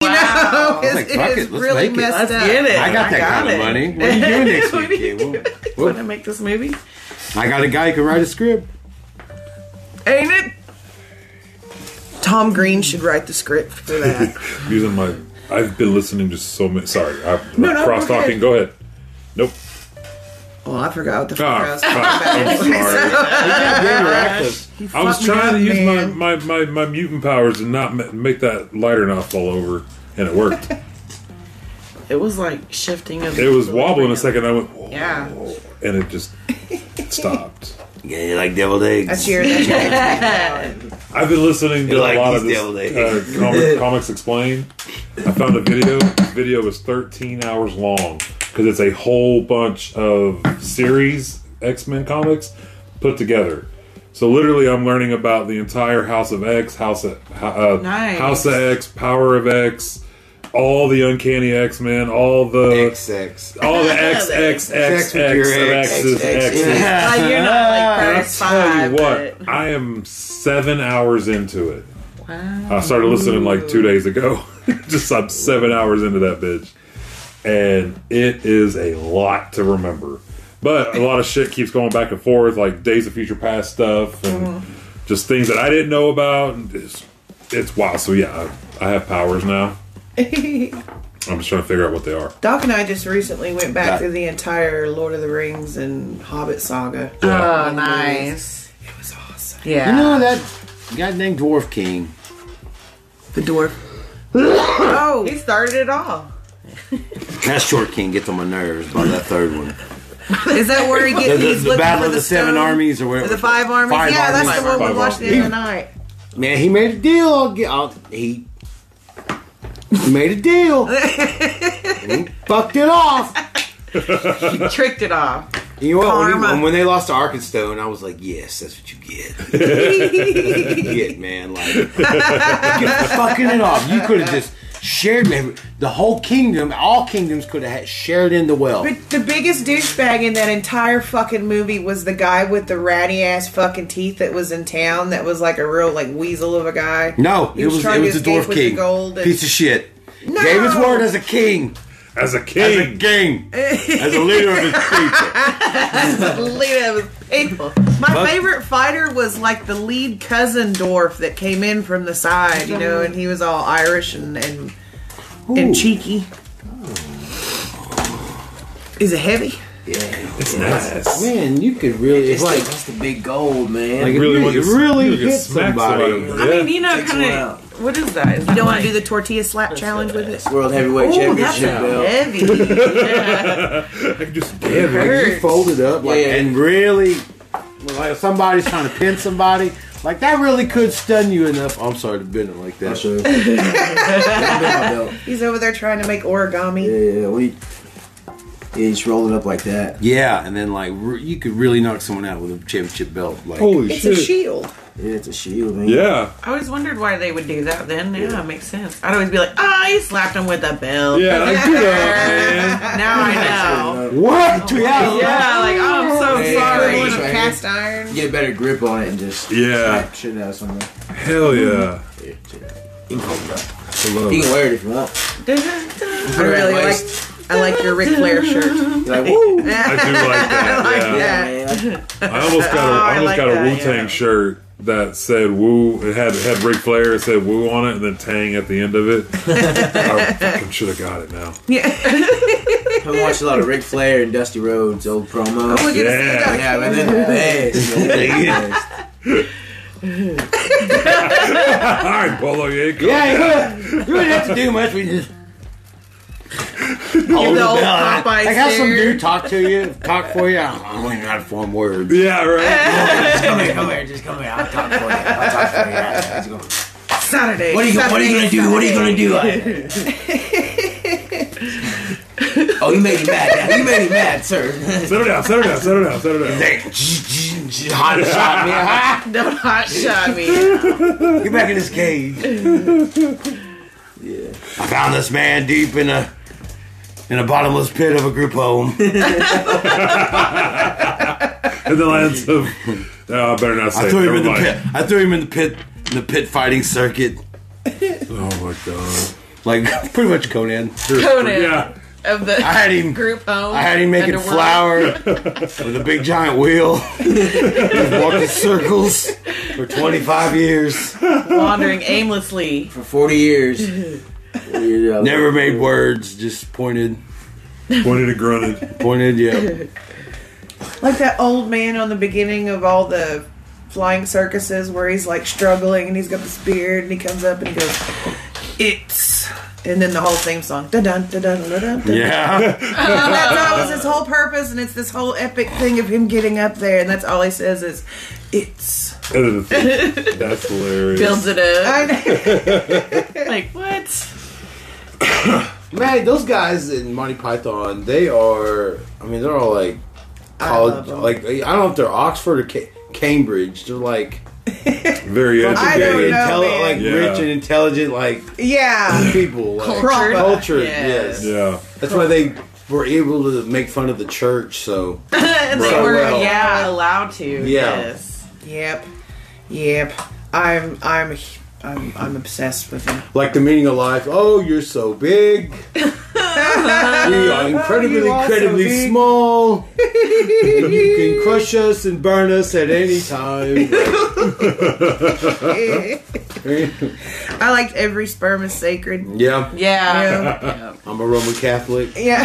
[SPEAKER 3] No,
[SPEAKER 5] wow.
[SPEAKER 3] it's-
[SPEAKER 1] like,
[SPEAKER 3] it
[SPEAKER 1] fuck
[SPEAKER 3] is
[SPEAKER 1] it, let's
[SPEAKER 3] really
[SPEAKER 1] make it.
[SPEAKER 3] messed
[SPEAKER 1] Let's
[SPEAKER 3] up.
[SPEAKER 5] get it.
[SPEAKER 1] I got that kind
[SPEAKER 5] it.
[SPEAKER 1] of money. What are you doing next week, kid? Well,
[SPEAKER 5] Want to make this movie?
[SPEAKER 1] I got a guy who can write a script.
[SPEAKER 3] Ain't it? Tom Green should write the script for that.
[SPEAKER 2] Using my, I've been listening to so many. Sorry, I
[SPEAKER 3] No, no,
[SPEAKER 2] cross talking. Go ahead. Nope.
[SPEAKER 3] well, I forgot what the fuck I
[SPEAKER 2] Ah,
[SPEAKER 3] was
[SPEAKER 2] fuck, I'm sorry. I
[SPEAKER 3] talking
[SPEAKER 2] was
[SPEAKER 3] Fuck me
[SPEAKER 2] trying to
[SPEAKER 3] up,
[SPEAKER 2] use my,
[SPEAKER 3] man.
[SPEAKER 2] my, my, my mutant powers and not ma- make that lighter not fall over, and it worked.
[SPEAKER 5] It was like shifting of.
[SPEAKER 2] It was wobbling a second. I went, "Whoa,"
[SPEAKER 5] Yeah.
[SPEAKER 2] and it just stopped.
[SPEAKER 1] Yeah, you like deviled eggs.
[SPEAKER 3] That's your, that's your
[SPEAKER 2] I've been listening to
[SPEAKER 1] You're like,
[SPEAKER 2] a lot of
[SPEAKER 1] "He's
[SPEAKER 2] this,
[SPEAKER 1] deviled
[SPEAKER 2] uh, comic, comics explained. I found a video. The video is 13 hours long because it's a whole bunch of series X Men comics put together. So literally, I'm learning about the entire House of X, House of uh,
[SPEAKER 5] Nice.
[SPEAKER 2] House of X, Power of X, all the Uncanny X Men, all the
[SPEAKER 1] XX.
[SPEAKER 2] all the X X X X
[SPEAKER 1] Sex with your ex.
[SPEAKER 2] X X's X's.
[SPEAKER 5] Uh, you're not like
[SPEAKER 2] I'll
[SPEAKER 5] first
[SPEAKER 2] tell
[SPEAKER 5] five.
[SPEAKER 2] you what,
[SPEAKER 5] but-
[SPEAKER 2] I am seven hours into it.
[SPEAKER 5] Wow.
[SPEAKER 2] I started listening like two days ago. Just I'm seven hours into that bitch. And it is a lot to remember. But a lot of shit keeps going back and forth, like Days of Future Past stuff and just things that I didn't know about. And It's, it's wild. So yeah, I, I have powers now. I'm just trying to figure out what they are.
[SPEAKER 3] Doc and I just recently went back
[SPEAKER 1] Yeah.
[SPEAKER 3] through the entire Lord of the Rings and Hobbit saga.
[SPEAKER 2] Yeah.
[SPEAKER 5] Oh, nice.
[SPEAKER 3] It was awesome.
[SPEAKER 5] Yeah.
[SPEAKER 1] You know that goddamn dwarf king.
[SPEAKER 3] The dwarf. oh, he started it all.
[SPEAKER 1] That short king gets on my nerves by that third one.
[SPEAKER 3] Is that where he
[SPEAKER 1] The,
[SPEAKER 3] gets
[SPEAKER 1] the-
[SPEAKER 3] he's
[SPEAKER 1] the
[SPEAKER 3] looking
[SPEAKER 1] Battle
[SPEAKER 3] for
[SPEAKER 1] of the, Seven
[SPEAKER 3] stone?
[SPEAKER 1] Armies or whatever.
[SPEAKER 3] The five armies.
[SPEAKER 1] Five
[SPEAKER 3] yeah, that's
[SPEAKER 1] armies.
[SPEAKER 3] the one Oh, we
[SPEAKER 2] Five
[SPEAKER 3] watched the
[SPEAKER 2] armies.
[SPEAKER 3] other night.
[SPEAKER 1] Man, he made a deal. I'll get. I'll, he, he made a deal. and he fucked it off.
[SPEAKER 5] tricked it off.
[SPEAKER 1] You know what? When,
[SPEAKER 3] Karma.
[SPEAKER 1] he- when they lost to Arkenstone, I was like, yes, that's what you get. That's what you get, man. Like, you're fucking it off. You could have just shared man, the whole kingdom. All kingdoms could have had- shared in the wealth.
[SPEAKER 3] But the biggest douchebag in that entire fucking movie was the guy with the ratty ass fucking teeth that was in town. That was like a real like weasel of a guy.
[SPEAKER 1] No,
[SPEAKER 3] He
[SPEAKER 1] it
[SPEAKER 3] was
[SPEAKER 1] was
[SPEAKER 3] trying
[SPEAKER 1] it
[SPEAKER 3] to
[SPEAKER 1] was the
[SPEAKER 3] escape
[SPEAKER 1] dwarf
[SPEAKER 3] with the
[SPEAKER 1] king.
[SPEAKER 3] gold and-
[SPEAKER 1] Piece of shit.
[SPEAKER 3] No!
[SPEAKER 1] Gave his word as a king.
[SPEAKER 2] As a
[SPEAKER 1] As a
[SPEAKER 2] king.
[SPEAKER 1] king. as a leader of his people.
[SPEAKER 3] leader of people. My favorite fighter was like the lead cousin dwarf that came in from the side, you know, and he was all Irish and and,
[SPEAKER 1] Ooh.
[SPEAKER 3] and cheeky. Is it heavy?
[SPEAKER 2] It's nice.
[SPEAKER 1] Man, you could really it's
[SPEAKER 4] It's like
[SPEAKER 1] like
[SPEAKER 4] that's the big gold, man.
[SPEAKER 1] Like,
[SPEAKER 2] You really
[SPEAKER 1] It
[SPEAKER 2] want to
[SPEAKER 1] really
[SPEAKER 2] you could
[SPEAKER 1] hit
[SPEAKER 2] smack
[SPEAKER 1] somebody.
[SPEAKER 2] somebody.
[SPEAKER 5] I mean,
[SPEAKER 2] Yeah.
[SPEAKER 5] you know,
[SPEAKER 4] Takes a
[SPEAKER 5] kind
[SPEAKER 4] while.
[SPEAKER 5] of. What is that? Is
[SPEAKER 3] You
[SPEAKER 5] that
[SPEAKER 3] don't want
[SPEAKER 5] like-
[SPEAKER 3] to do the tortilla slap challenge with it?
[SPEAKER 4] World Heavyweight
[SPEAKER 3] Oh, that's
[SPEAKER 4] Championship belt.
[SPEAKER 3] heavy.
[SPEAKER 2] I could just damn it.
[SPEAKER 1] you fold it up like
[SPEAKER 4] Yeah.
[SPEAKER 1] and really like somebody's trying to pin somebody. Like that really could stun you enough. I'm sorry to bend it like that.
[SPEAKER 4] Sure. That's been my belt.
[SPEAKER 3] He's over there trying to make
[SPEAKER 4] Yeah,
[SPEAKER 3] origami.
[SPEAKER 4] yeah, we. Yeah, just roll it up like that.
[SPEAKER 1] Yeah, and then like re- you could really knock someone out with a championship belt. Like
[SPEAKER 2] Holy
[SPEAKER 3] It's
[SPEAKER 2] shit.
[SPEAKER 3] a shield.
[SPEAKER 4] Yeah, it's a shield, man.
[SPEAKER 2] Yeah.
[SPEAKER 5] I always wondered why they would do that. Then, yeah, it makes sense. I'd always be like, "Ah, you slapped him with a belt."
[SPEAKER 2] Yeah, I do that,
[SPEAKER 5] Now I know.
[SPEAKER 1] what? Yeah.
[SPEAKER 5] Yeah, like oh, I'm so
[SPEAKER 4] Yeah.
[SPEAKER 5] sorry.
[SPEAKER 4] Yeah.
[SPEAKER 3] With a cast iron.
[SPEAKER 4] Get a better grip on it and just
[SPEAKER 2] Yeah.
[SPEAKER 4] slap shit out of someone.
[SPEAKER 2] man. Hell yeah.
[SPEAKER 4] Yeah, shit. You can hold it up.
[SPEAKER 2] Hello.
[SPEAKER 4] You can wear it if you want.
[SPEAKER 3] I really like. I like your Ric Flair shirt.
[SPEAKER 4] You're like,
[SPEAKER 2] I
[SPEAKER 4] woo!
[SPEAKER 2] do like that. yeah.
[SPEAKER 4] Yeah, man.
[SPEAKER 2] I almost got a,
[SPEAKER 5] Oh,
[SPEAKER 2] I
[SPEAKER 5] I
[SPEAKER 2] almost
[SPEAKER 5] like
[SPEAKER 2] got a
[SPEAKER 5] that,
[SPEAKER 2] Wu Tang
[SPEAKER 5] yeah.
[SPEAKER 2] shirt that said Wu. It had it had Ric Flair. It said Wu on it, and then Tang at the end of it. I fucking should have got it now.
[SPEAKER 4] I've watched a lot of Ric Flair and Dusty Rhodes old promos.
[SPEAKER 3] We're gonna
[SPEAKER 2] Yeah.
[SPEAKER 3] see that.
[SPEAKER 4] Yeah, but then best. man. Best.
[SPEAKER 2] All right, Polo Yank.
[SPEAKER 1] Yeah, you wouldn't, you wouldn't have to do much. We just
[SPEAKER 3] Give the old
[SPEAKER 1] like
[SPEAKER 3] Popeye
[SPEAKER 1] have some
[SPEAKER 3] stare.
[SPEAKER 1] dude talk to you, talk for you. I don't even know how to form words.
[SPEAKER 2] Yeah, right.
[SPEAKER 4] Just come here, come here, just come here. I'll talk for you. I'll talk for you. Let's go.
[SPEAKER 3] Saturday.
[SPEAKER 4] What are you, what are you gonna do? What are you gonna do? Oh, you made him mad. Now. You made him mad, sir.
[SPEAKER 2] Settle down, settle down, settle down, settle down.
[SPEAKER 1] Hot shot, man. Ha!
[SPEAKER 5] Don't hot shot me.
[SPEAKER 1] Get back in this cage. yeah. I found this man deep in a in a bottomless pit of a group home.
[SPEAKER 2] In the lands of. Oh, I better not say
[SPEAKER 1] I
[SPEAKER 2] it.
[SPEAKER 1] threw him in the
[SPEAKER 2] Never
[SPEAKER 1] pit.
[SPEAKER 2] mind.
[SPEAKER 1] I threw him in the pit in the pit fighting circuit.
[SPEAKER 2] Oh my god.
[SPEAKER 1] Like pretty much Conan.
[SPEAKER 5] Conan
[SPEAKER 2] Yeah.
[SPEAKER 5] of the
[SPEAKER 1] I had him-
[SPEAKER 5] group home.
[SPEAKER 1] I had him making
[SPEAKER 5] underworld.
[SPEAKER 1] flour with a big giant wheel. He's walking circles for 25 years.
[SPEAKER 5] wandering aimlessly.
[SPEAKER 4] For 40 years. uh, 40 years old.
[SPEAKER 1] Never made words, just pointed.
[SPEAKER 2] Pointed and grunted.
[SPEAKER 1] Pointed, yeah.
[SPEAKER 3] Like that old man on the beginning of all the flying circuses where he's like struggling and he's got this beard and he comes up and he goes, It's. And then the whole theme song. Dun dun dun dun dun dun. dun.
[SPEAKER 1] Yeah.
[SPEAKER 3] And that's all was his whole purpose and it's this whole epic thing of him getting up there and that's all he says is, It's.
[SPEAKER 2] And it's- That's hilarious.
[SPEAKER 5] Builds it
[SPEAKER 3] Ah.
[SPEAKER 5] up.
[SPEAKER 3] I,
[SPEAKER 5] Like what?
[SPEAKER 1] Man, those guys in Monty Python, they are, I mean, they're all like college,
[SPEAKER 3] love 'em.
[SPEAKER 1] like, I don't know if they're Oxford or Ca- Cambridge. They're like,
[SPEAKER 2] Very
[SPEAKER 3] I
[SPEAKER 2] educated.
[SPEAKER 3] don't
[SPEAKER 1] very
[SPEAKER 3] know,
[SPEAKER 1] intelli-
[SPEAKER 3] man.
[SPEAKER 1] like
[SPEAKER 2] Yeah.
[SPEAKER 1] rich and intelligent, like
[SPEAKER 3] yeah.
[SPEAKER 1] people. Like,
[SPEAKER 3] Proper.
[SPEAKER 1] Culture,
[SPEAKER 5] Yes.
[SPEAKER 1] yes.
[SPEAKER 2] Yeah.
[SPEAKER 1] That's why they were able to make fun of the church, so.
[SPEAKER 5] and they
[SPEAKER 1] Right.
[SPEAKER 5] were
[SPEAKER 1] Well.
[SPEAKER 5] yeah allowed to.
[SPEAKER 1] Yeah.
[SPEAKER 5] Yes.
[SPEAKER 3] Yep. Yep. I'm. I'm. I'm, I'm obsessed with him.
[SPEAKER 1] like the meaning of life. Oh, you're so big. we are incredibly,
[SPEAKER 3] You are so
[SPEAKER 1] incredibly
[SPEAKER 3] big.
[SPEAKER 1] small. you can crush us and burn us at any time.
[SPEAKER 3] I liked every sperm is sacred.
[SPEAKER 1] yeah,
[SPEAKER 5] Yeah.
[SPEAKER 3] Yeah.
[SPEAKER 1] I'm a Roman Catholic.
[SPEAKER 3] yeah.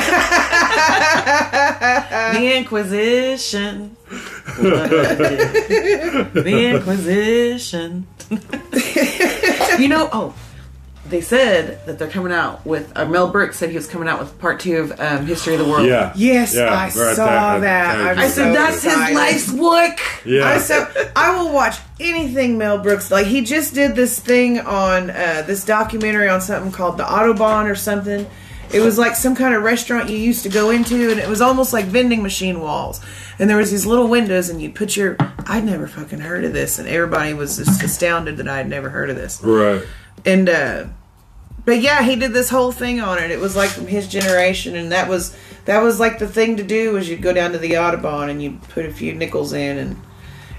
[SPEAKER 5] The Inquisition. the Inquisition. you know, oh, they said that they're coming out with. Uh, Mel Brooks said he was coming out with part two of um, History of the World.
[SPEAKER 2] Yeah.
[SPEAKER 3] Yes,
[SPEAKER 2] Yeah,
[SPEAKER 3] I
[SPEAKER 2] we're at
[SPEAKER 3] saw
[SPEAKER 2] that-
[SPEAKER 3] that.
[SPEAKER 2] at that
[SPEAKER 3] I'm
[SPEAKER 5] I said
[SPEAKER 3] So
[SPEAKER 5] that's
[SPEAKER 3] excited.
[SPEAKER 5] his life's work.
[SPEAKER 3] I
[SPEAKER 2] Yeah.
[SPEAKER 3] so I will watch anything Mel Brooks. Like he just did this thing on uh, this documentary on something called the Autobahn or something. It was like some kind of restaurant you used to go into, and it was almost like vending machine walls. And there was these little windows, and you put your. I'd never fucking heard of this, and everybody was just astounded that I had never heard of this.
[SPEAKER 2] Right.
[SPEAKER 3] and uh but yeah he did this whole thing on it it was like from his generation and that was that was like the thing to do was you'd go down to the audubon and you'd put a few nickels in and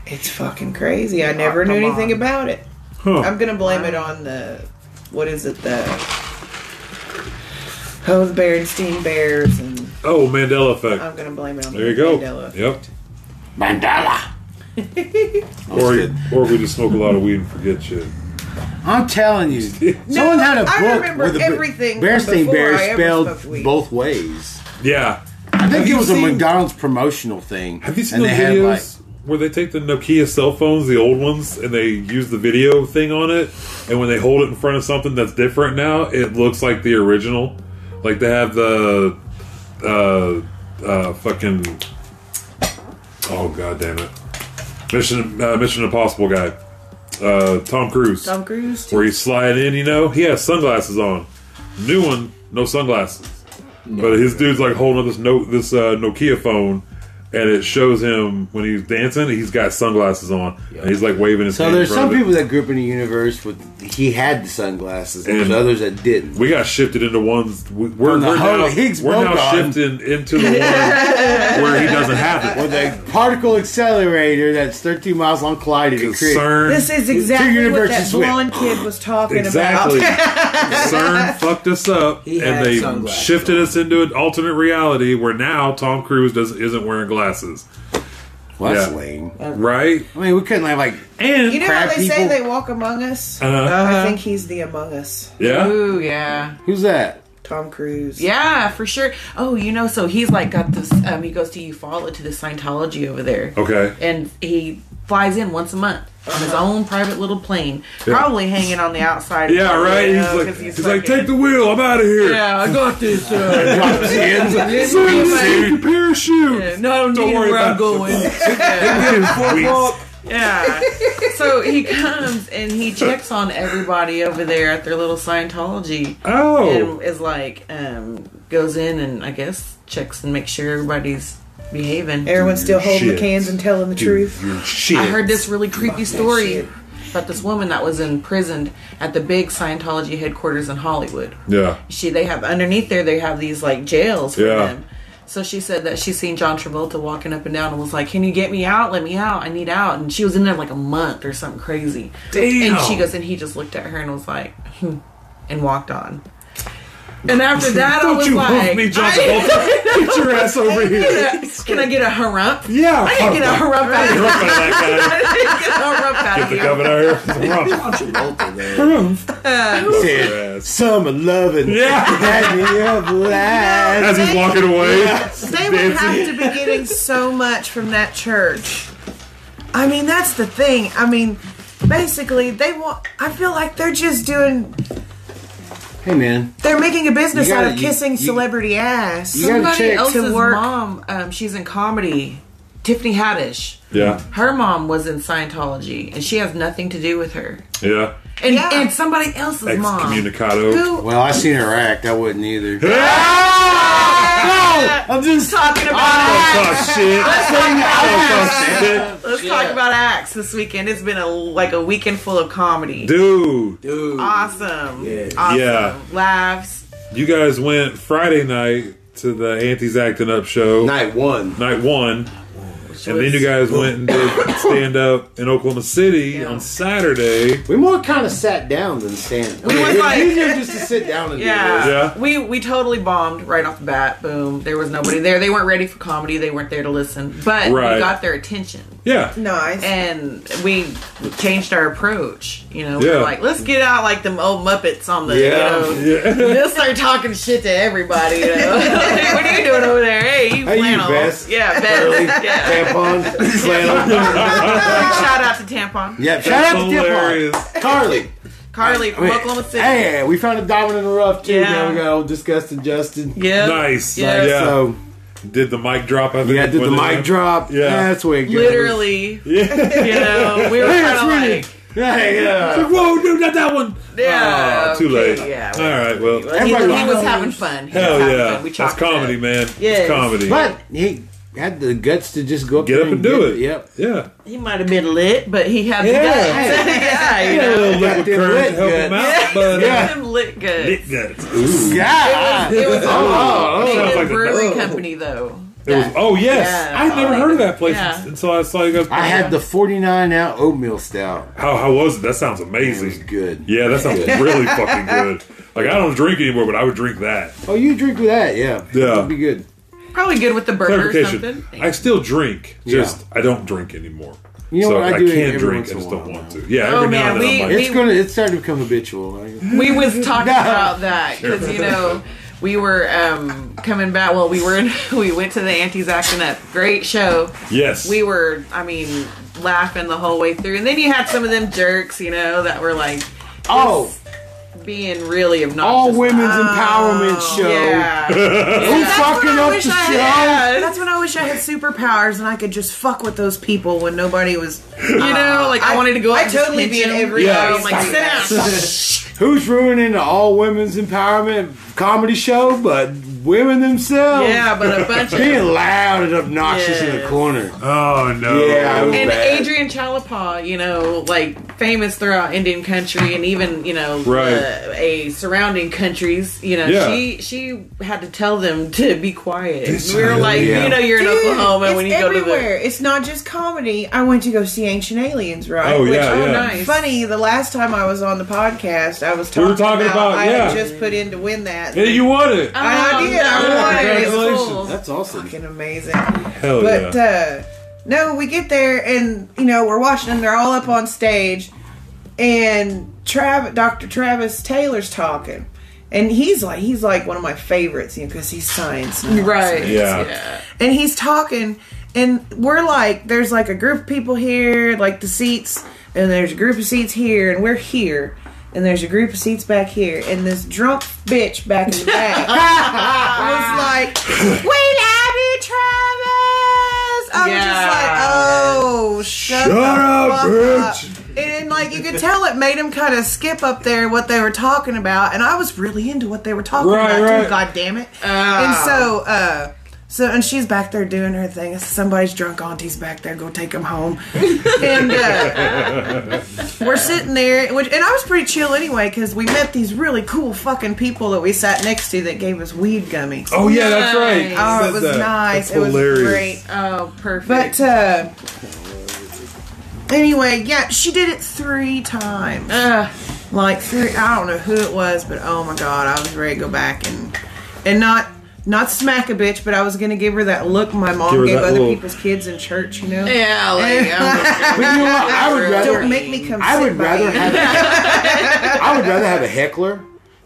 [SPEAKER 3] it's fucking crazy i never knew
[SPEAKER 5] Audubon.
[SPEAKER 3] anything about it
[SPEAKER 2] Huh.
[SPEAKER 3] i'm gonna blame it on the what is it the oh the berenstein bears and
[SPEAKER 2] Oh, Mandela effect.
[SPEAKER 3] i'm gonna blame it on
[SPEAKER 2] there you
[SPEAKER 3] the
[SPEAKER 2] go.
[SPEAKER 3] Mandela.
[SPEAKER 2] Yep.
[SPEAKER 1] Mandala.
[SPEAKER 2] Or, or we just smoke a lot of weed and forget shit.
[SPEAKER 1] I'm telling you, someone had a book
[SPEAKER 3] I remember
[SPEAKER 1] where the
[SPEAKER 3] everything from
[SPEAKER 1] Berenstein
[SPEAKER 3] before I
[SPEAKER 1] Bear
[SPEAKER 3] ever
[SPEAKER 1] spelled
[SPEAKER 3] smoked weed.
[SPEAKER 1] both ways.
[SPEAKER 2] Yeah.
[SPEAKER 1] I think
[SPEAKER 2] you
[SPEAKER 1] it was
[SPEAKER 2] seen-
[SPEAKER 1] a McDonald's promotional thing.
[SPEAKER 2] Have you seen those videos where they take the Nokia cell phones, the old ones, and they use the video thing on it? And when they hold it in front of something that's different now, it looks like the original. Like they have the uh, uh, fucking oh god damn it, Mission uh, Mission Impossible guy, uh, Tom Cruise,
[SPEAKER 3] tom cruise
[SPEAKER 2] where he's sliding in. You know, he has sunglasses on. New one, no sunglasses. But his dude's like holding up this note, this uh, Nokia phone, and it shows him when he's dancing. He's got sunglasses on, and he's like waving his.
[SPEAKER 1] So
[SPEAKER 2] hand in
[SPEAKER 1] there's
[SPEAKER 2] front
[SPEAKER 1] some
[SPEAKER 2] of it.
[SPEAKER 1] people that grew up in the universe with he had the sunglasses, and there's
[SPEAKER 2] And-
[SPEAKER 1] others that didn't.
[SPEAKER 2] We got shifted into ones. we- We're,
[SPEAKER 1] From the
[SPEAKER 2] we're now,
[SPEAKER 1] Holy Higgs
[SPEAKER 2] we're now
[SPEAKER 1] boson.
[SPEAKER 2] shifting into the one where he doesn't have it.
[SPEAKER 1] with a particle accelerator that's 13 miles long collided and created.
[SPEAKER 2] CERN,
[SPEAKER 3] this is exactly what that
[SPEAKER 1] universes went.
[SPEAKER 3] blonde kid was talking
[SPEAKER 2] exactly.
[SPEAKER 3] about
[SPEAKER 2] CERN fucked us up,
[SPEAKER 4] He
[SPEAKER 2] and
[SPEAKER 4] had
[SPEAKER 2] they
[SPEAKER 4] sunglasses
[SPEAKER 2] shifted us into an alternate reality where now Tom Cruise does, isn't wearing glasses,
[SPEAKER 1] Well, that's
[SPEAKER 2] Yeah.
[SPEAKER 1] lame.
[SPEAKER 2] right?
[SPEAKER 1] I mean, we couldn't have like
[SPEAKER 2] And uh,
[SPEAKER 3] you know how
[SPEAKER 1] Crab
[SPEAKER 3] they say
[SPEAKER 1] people. Uh-huh.
[SPEAKER 3] they walk among us i think he's the among us
[SPEAKER 2] yeah,
[SPEAKER 5] Ooh, yeah.
[SPEAKER 1] who's that?
[SPEAKER 3] Tom Cruise.
[SPEAKER 5] Yeah, for sure. Oh, you know, so he's like got this. Um, he goes to Ufala to the Scientology over there,
[SPEAKER 2] okay.
[SPEAKER 5] and he flies in once a month on his own private little plane, probably hanging on the outside.
[SPEAKER 2] Yeah, right.
[SPEAKER 5] You
[SPEAKER 2] He's
[SPEAKER 5] know,
[SPEAKER 2] like,
[SPEAKER 5] 'cause
[SPEAKER 2] he's, like,
[SPEAKER 5] fucking-
[SPEAKER 2] take the wheel. I'm out of here.
[SPEAKER 5] Yeah, I got this. Uh,
[SPEAKER 1] Drops in.
[SPEAKER 2] Save the parachute.
[SPEAKER 5] no, I don't,
[SPEAKER 2] Don't
[SPEAKER 5] need
[SPEAKER 2] worry
[SPEAKER 5] where
[SPEAKER 2] about
[SPEAKER 5] I'm
[SPEAKER 2] it.
[SPEAKER 5] going.
[SPEAKER 2] Sweet.
[SPEAKER 5] Yeah. So he comes and he checks on everybody over there at their little Scientology.
[SPEAKER 2] Oh,
[SPEAKER 5] and is like um goes in and I guess checks and make sure everybody's behaving.
[SPEAKER 3] Everyone's still holding
[SPEAKER 2] shit.
[SPEAKER 3] the cans and telling the truth.
[SPEAKER 2] Your shit.
[SPEAKER 5] I heard this really creepy story
[SPEAKER 3] shit.
[SPEAKER 5] about this woman that was imprisoned at the big Scientology headquarters in Hollywood.
[SPEAKER 2] Yeah.
[SPEAKER 5] She they have underneath there they have these like jails for
[SPEAKER 2] Yeah.
[SPEAKER 5] them. So she said that she seen John Travolta walking up and down and was like, "Can you get me out? Let me out. I need out." And she was in there like a month or something crazy.
[SPEAKER 2] Damn.
[SPEAKER 5] And she goes, and he just looked at her and was like, hmm, and walked on. And after that, I
[SPEAKER 2] Don't
[SPEAKER 5] was
[SPEAKER 2] you
[SPEAKER 5] like,
[SPEAKER 2] move me, John
[SPEAKER 5] I-
[SPEAKER 2] Travolta. Get your ass over here.
[SPEAKER 5] "Can I get a harump?
[SPEAKER 2] Yeah.
[SPEAKER 5] I didn't get a harump out of
[SPEAKER 2] You're
[SPEAKER 5] here.
[SPEAKER 2] up like that.
[SPEAKER 5] I didn't get a harump out of
[SPEAKER 2] The
[SPEAKER 5] here."
[SPEAKER 2] governor. Trump.
[SPEAKER 4] Travolta there.
[SPEAKER 1] Said, Summer loving.
[SPEAKER 2] Yeah.
[SPEAKER 1] Had me up last.
[SPEAKER 2] As he's walking away.
[SPEAKER 3] They would have
[SPEAKER 2] Dancing.
[SPEAKER 3] to be getting so much from that church. I mean, that's the thing. I mean, basically, they want. I feel like they're just doing.
[SPEAKER 1] Hey man,
[SPEAKER 3] They're making a business
[SPEAKER 1] You gotta-
[SPEAKER 3] out of
[SPEAKER 1] you-
[SPEAKER 3] kissing
[SPEAKER 1] you-
[SPEAKER 3] celebrity ass.
[SPEAKER 1] You gotta
[SPEAKER 5] Somebody
[SPEAKER 1] check.
[SPEAKER 5] else's
[SPEAKER 3] To work.
[SPEAKER 5] mom, um, she's in comedy. Tiffany Haddish.
[SPEAKER 2] Yeah.
[SPEAKER 5] Her mom was in Scientology, and she has nothing to do with her.
[SPEAKER 2] Yeah.
[SPEAKER 5] And,
[SPEAKER 3] Yeah.
[SPEAKER 5] and somebody else's mom.
[SPEAKER 2] Excommunicado.
[SPEAKER 5] Who?
[SPEAKER 1] well I seen her act. I wouldn't either. No, I'm just
[SPEAKER 5] Talking about
[SPEAKER 1] Oh,
[SPEAKER 2] Don't
[SPEAKER 5] acts.
[SPEAKER 2] talk shit. Don't talk shit.
[SPEAKER 5] Let's talk about acts this weekend. It's been a like a weekend full of comedy.
[SPEAKER 2] Dude,
[SPEAKER 4] Dude.
[SPEAKER 5] Awesome.
[SPEAKER 4] Yeah.
[SPEAKER 5] Awesome.
[SPEAKER 2] Yeah.
[SPEAKER 5] Laughs.
[SPEAKER 2] you guys went Friday night to the Auntie's Acting Up show.
[SPEAKER 1] night one.
[SPEAKER 2] night one. And then
[SPEAKER 5] was-
[SPEAKER 2] you guys went and did stand up in Oklahoma City
[SPEAKER 5] Yeah.
[SPEAKER 2] on Saturday.
[SPEAKER 1] We more kind of sat down than standing.
[SPEAKER 5] We was
[SPEAKER 1] it's
[SPEAKER 5] like-
[SPEAKER 1] easier just to sit down and
[SPEAKER 5] Yeah.
[SPEAKER 1] do
[SPEAKER 2] Yeah.
[SPEAKER 5] We we totally bombed right off the bat. Boom. There was nobody there. They weren't ready for comedy. They weren't there to listen. But
[SPEAKER 2] Right.
[SPEAKER 5] we got their attention.
[SPEAKER 2] Yeah.
[SPEAKER 3] Nice.
[SPEAKER 5] And we changed our approach. You know, we
[SPEAKER 2] Yeah.
[SPEAKER 5] were like, let's get out like them old Muppets on the
[SPEAKER 1] Yeah.
[SPEAKER 5] you know
[SPEAKER 2] Yeah.
[SPEAKER 5] They'll start talking shit to everybody. You know? Hey, what are you doing over there? Hey, you
[SPEAKER 1] Hey, you,
[SPEAKER 5] flannel.
[SPEAKER 1] Bess.
[SPEAKER 5] Yeah,
[SPEAKER 1] Curly.
[SPEAKER 5] Bess. Yeah.
[SPEAKER 1] Tampon, flannel.
[SPEAKER 5] Shout out to Tampon.
[SPEAKER 1] Yeah, shout
[SPEAKER 2] That's
[SPEAKER 1] out to Tampon.
[SPEAKER 2] hilarious.
[SPEAKER 1] Carly.
[SPEAKER 5] Carly from
[SPEAKER 1] I mean,
[SPEAKER 5] Oklahoma City.
[SPEAKER 1] Hey, we found a diamond in the rough too.
[SPEAKER 5] Yeah.
[SPEAKER 1] Now we got old disgusted Justin.
[SPEAKER 5] Yeah.
[SPEAKER 2] Nice.
[SPEAKER 5] Yeah.
[SPEAKER 2] Yeah.
[SPEAKER 1] So
[SPEAKER 2] Did the mic drop? I think.
[SPEAKER 1] yeah, did the
[SPEAKER 2] when they
[SPEAKER 1] mic
[SPEAKER 2] went-
[SPEAKER 1] drop?
[SPEAKER 2] Yeah.
[SPEAKER 1] that's where it goes.
[SPEAKER 5] Literally,
[SPEAKER 2] Yeah.
[SPEAKER 5] you know, we were
[SPEAKER 1] Hey, it's
[SPEAKER 5] kind of
[SPEAKER 1] really-
[SPEAKER 5] like,
[SPEAKER 1] Hey, yeah.
[SPEAKER 2] Whoa, dude, not that one.
[SPEAKER 5] yeah,
[SPEAKER 2] Ah, too
[SPEAKER 5] okay,
[SPEAKER 2] late.
[SPEAKER 5] Yeah,
[SPEAKER 2] All right. Well,
[SPEAKER 5] He, he
[SPEAKER 1] Everybody
[SPEAKER 5] was
[SPEAKER 1] knows.
[SPEAKER 5] having fun. He was
[SPEAKER 2] hell
[SPEAKER 5] having
[SPEAKER 2] yeah.
[SPEAKER 5] fun. We
[SPEAKER 2] That's
[SPEAKER 5] chopped it up.
[SPEAKER 2] comedy, man.
[SPEAKER 5] Yes.
[SPEAKER 2] It's comedy.
[SPEAKER 1] But he had the guts to just go up
[SPEAKER 2] Get
[SPEAKER 1] there
[SPEAKER 2] up and do
[SPEAKER 1] get
[SPEAKER 2] it.
[SPEAKER 1] Yep.
[SPEAKER 2] Yeah.
[SPEAKER 5] He might have been lit, but he had
[SPEAKER 1] Yeah.
[SPEAKER 5] the guts. yeah, you
[SPEAKER 2] A
[SPEAKER 5] know.
[SPEAKER 2] little liquid
[SPEAKER 1] Goddamn
[SPEAKER 2] courage
[SPEAKER 1] lit
[SPEAKER 2] to help him
[SPEAKER 1] guts.
[SPEAKER 2] out, but uh,
[SPEAKER 1] Yeah.
[SPEAKER 5] Him lit good.
[SPEAKER 2] Lit guts. Ooh.
[SPEAKER 1] Yeah.
[SPEAKER 5] It was
[SPEAKER 1] Oh,
[SPEAKER 5] a
[SPEAKER 2] that sounds
[SPEAKER 5] Nathan
[SPEAKER 2] like a-
[SPEAKER 5] brewery company, though.
[SPEAKER 2] It was, oh yes,
[SPEAKER 5] Yeah.
[SPEAKER 2] I had never heard of that place
[SPEAKER 5] Yeah.
[SPEAKER 2] until I saw you guys.
[SPEAKER 1] I had the 49 out oatmeal stout.
[SPEAKER 2] How how was it? That sounds
[SPEAKER 1] It was
[SPEAKER 2] amazing.
[SPEAKER 1] good.
[SPEAKER 2] Yeah, that sounds really fucking good. Like I don't drink anymore, but I would drink that.
[SPEAKER 1] Oh, you drink with that? Yeah.
[SPEAKER 2] Yeah.
[SPEAKER 1] It'd be good.
[SPEAKER 5] Probably good with the burger or something.
[SPEAKER 2] Clarification: I still drink,
[SPEAKER 1] Yeah.
[SPEAKER 2] just I don't drink anymore.
[SPEAKER 1] You know
[SPEAKER 2] so
[SPEAKER 1] what, I
[SPEAKER 2] I,
[SPEAKER 1] do it
[SPEAKER 2] can
[SPEAKER 1] every
[SPEAKER 2] drink,
[SPEAKER 1] once
[SPEAKER 2] I
[SPEAKER 1] in a
[SPEAKER 2] just don't
[SPEAKER 1] while
[SPEAKER 2] want to. Yeah,
[SPEAKER 5] Oh,
[SPEAKER 2] every
[SPEAKER 5] man,
[SPEAKER 2] now and
[SPEAKER 5] we-
[SPEAKER 2] then I'm like,
[SPEAKER 1] It's gonna. It's starting to become habitual. Like,
[SPEAKER 5] we was talking about that because you know we were um, coming back. Well, we were in, we went to the Auntie's Acting Up. Great show.
[SPEAKER 2] yes,
[SPEAKER 5] We were, I mean, laughing the whole way through, and then you had some of them jerks, you know, that were like
[SPEAKER 1] oh,
[SPEAKER 5] being really obnoxious.
[SPEAKER 1] all women's empowerment show.
[SPEAKER 5] Oh, Yeah.
[SPEAKER 1] Who
[SPEAKER 3] That's
[SPEAKER 1] fucking
[SPEAKER 3] what I
[SPEAKER 1] up the
[SPEAKER 3] wish
[SPEAKER 1] show?
[SPEAKER 3] I had. That's when I wish I had superpowers and I could just fuck with those people when nobody was.
[SPEAKER 5] You know, like I,
[SPEAKER 3] I-
[SPEAKER 5] wanted to go.
[SPEAKER 3] I
[SPEAKER 5] out and just
[SPEAKER 3] totally
[SPEAKER 5] hit
[SPEAKER 3] be in
[SPEAKER 5] you.
[SPEAKER 3] every
[SPEAKER 2] Yeah.
[SPEAKER 5] I'm like, sit down.
[SPEAKER 1] Who's ruining the all women's empowerment comedy show? But women themselves.
[SPEAKER 5] yeah, but a bunch of
[SPEAKER 1] Being loud and obnoxious in the
[SPEAKER 5] Yes.
[SPEAKER 1] corner.
[SPEAKER 2] oh no,
[SPEAKER 1] Yeah, I was-
[SPEAKER 5] And
[SPEAKER 1] bad.
[SPEAKER 5] Adrian Chalapa, you know, like famous throughout Indian country and even you know
[SPEAKER 2] Right.
[SPEAKER 5] uh, a surrounding countries. You know,
[SPEAKER 2] Yeah.
[SPEAKER 5] she she had to tell them to be quiet. we were
[SPEAKER 2] is-
[SPEAKER 5] like,
[SPEAKER 1] Yeah.
[SPEAKER 5] you know, you're in
[SPEAKER 3] Dude,
[SPEAKER 5] Oklahoma
[SPEAKER 3] it's
[SPEAKER 5] when you go to
[SPEAKER 3] everywhere. It's not just comedy. I went to go see Ancient Aliens, right?
[SPEAKER 2] oh
[SPEAKER 3] Which-
[SPEAKER 2] yeah,
[SPEAKER 5] the. Oh,
[SPEAKER 2] yeah.
[SPEAKER 5] nice.
[SPEAKER 3] Funny, the last time I was on the podcast, I was
[SPEAKER 2] We
[SPEAKER 3] talking,
[SPEAKER 2] were talking about-
[SPEAKER 3] I had
[SPEAKER 2] yeah.
[SPEAKER 3] just put in to win that.
[SPEAKER 2] Yeah, you want it?
[SPEAKER 5] Oh,
[SPEAKER 3] I did. I won
[SPEAKER 5] no.
[SPEAKER 3] it.
[SPEAKER 5] It's
[SPEAKER 2] Congratulations.
[SPEAKER 5] cool.
[SPEAKER 1] That's awesome.
[SPEAKER 3] Fucking amazing.
[SPEAKER 2] Hell
[SPEAKER 3] But
[SPEAKER 2] yeah.
[SPEAKER 3] uh, no, we get there and you know we're watching them. They're all up on stage, and Trav- Dr. Travis Taylor's talking, and he's like he's like one of my favorites, you know, because he's science, nut.
[SPEAKER 5] Right.
[SPEAKER 2] Yeah.
[SPEAKER 3] And he's talking, and we're like, there's like a group of people here, like the seats, and there's a group of seats here, and we're here. And there's a group of seats back here, and this drunk bitch back in the back was like, "We love you, Travis." I'm
[SPEAKER 5] Yeah.
[SPEAKER 3] just like, "Oh, shut,
[SPEAKER 2] Shut
[SPEAKER 3] the
[SPEAKER 2] up,
[SPEAKER 3] fuck
[SPEAKER 2] bitch.
[SPEAKER 3] up." And then, like, you could tell it made him kind of skip up there what they were talking about, and I was really into what they were talking
[SPEAKER 2] Right,
[SPEAKER 3] about
[SPEAKER 2] right.
[SPEAKER 3] too. God damn it! and so uh So and she's back there doing her thing. Somebody's drunk auntie's back there. Go take them home. and uh, we're sitting there, which, and I was pretty chill anyway because we met these really cool fucking people that we sat next to that gave us weed gummies.
[SPEAKER 2] Oh yeah, that's right. You
[SPEAKER 5] Nice.
[SPEAKER 3] Oh,
[SPEAKER 2] said
[SPEAKER 3] it was
[SPEAKER 2] that.
[SPEAKER 3] nice.
[SPEAKER 2] That's
[SPEAKER 3] It was
[SPEAKER 2] hilarious.
[SPEAKER 3] great.
[SPEAKER 5] Oh, perfect.
[SPEAKER 3] But uh, anyway, yeah, she did it three times.
[SPEAKER 5] Ugh.
[SPEAKER 3] Like three, I don't know who it was, but oh my god, I was ready to go back and and not not smack a bitch, but I was gonna give her that look my
[SPEAKER 2] Give
[SPEAKER 3] mom
[SPEAKER 2] her
[SPEAKER 3] gave
[SPEAKER 2] that
[SPEAKER 3] other
[SPEAKER 2] look.
[SPEAKER 3] people's kids in church. You know,
[SPEAKER 5] yeah, like, um, I'm-
[SPEAKER 1] But you know what? I would rather.
[SPEAKER 3] don't make me come.
[SPEAKER 1] I
[SPEAKER 3] sit
[SPEAKER 1] would
[SPEAKER 3] by
[SPEAKER 1] rather
[SPEAKER 3] you.
[SPEAKER 1] have. a- I would rather have a heckler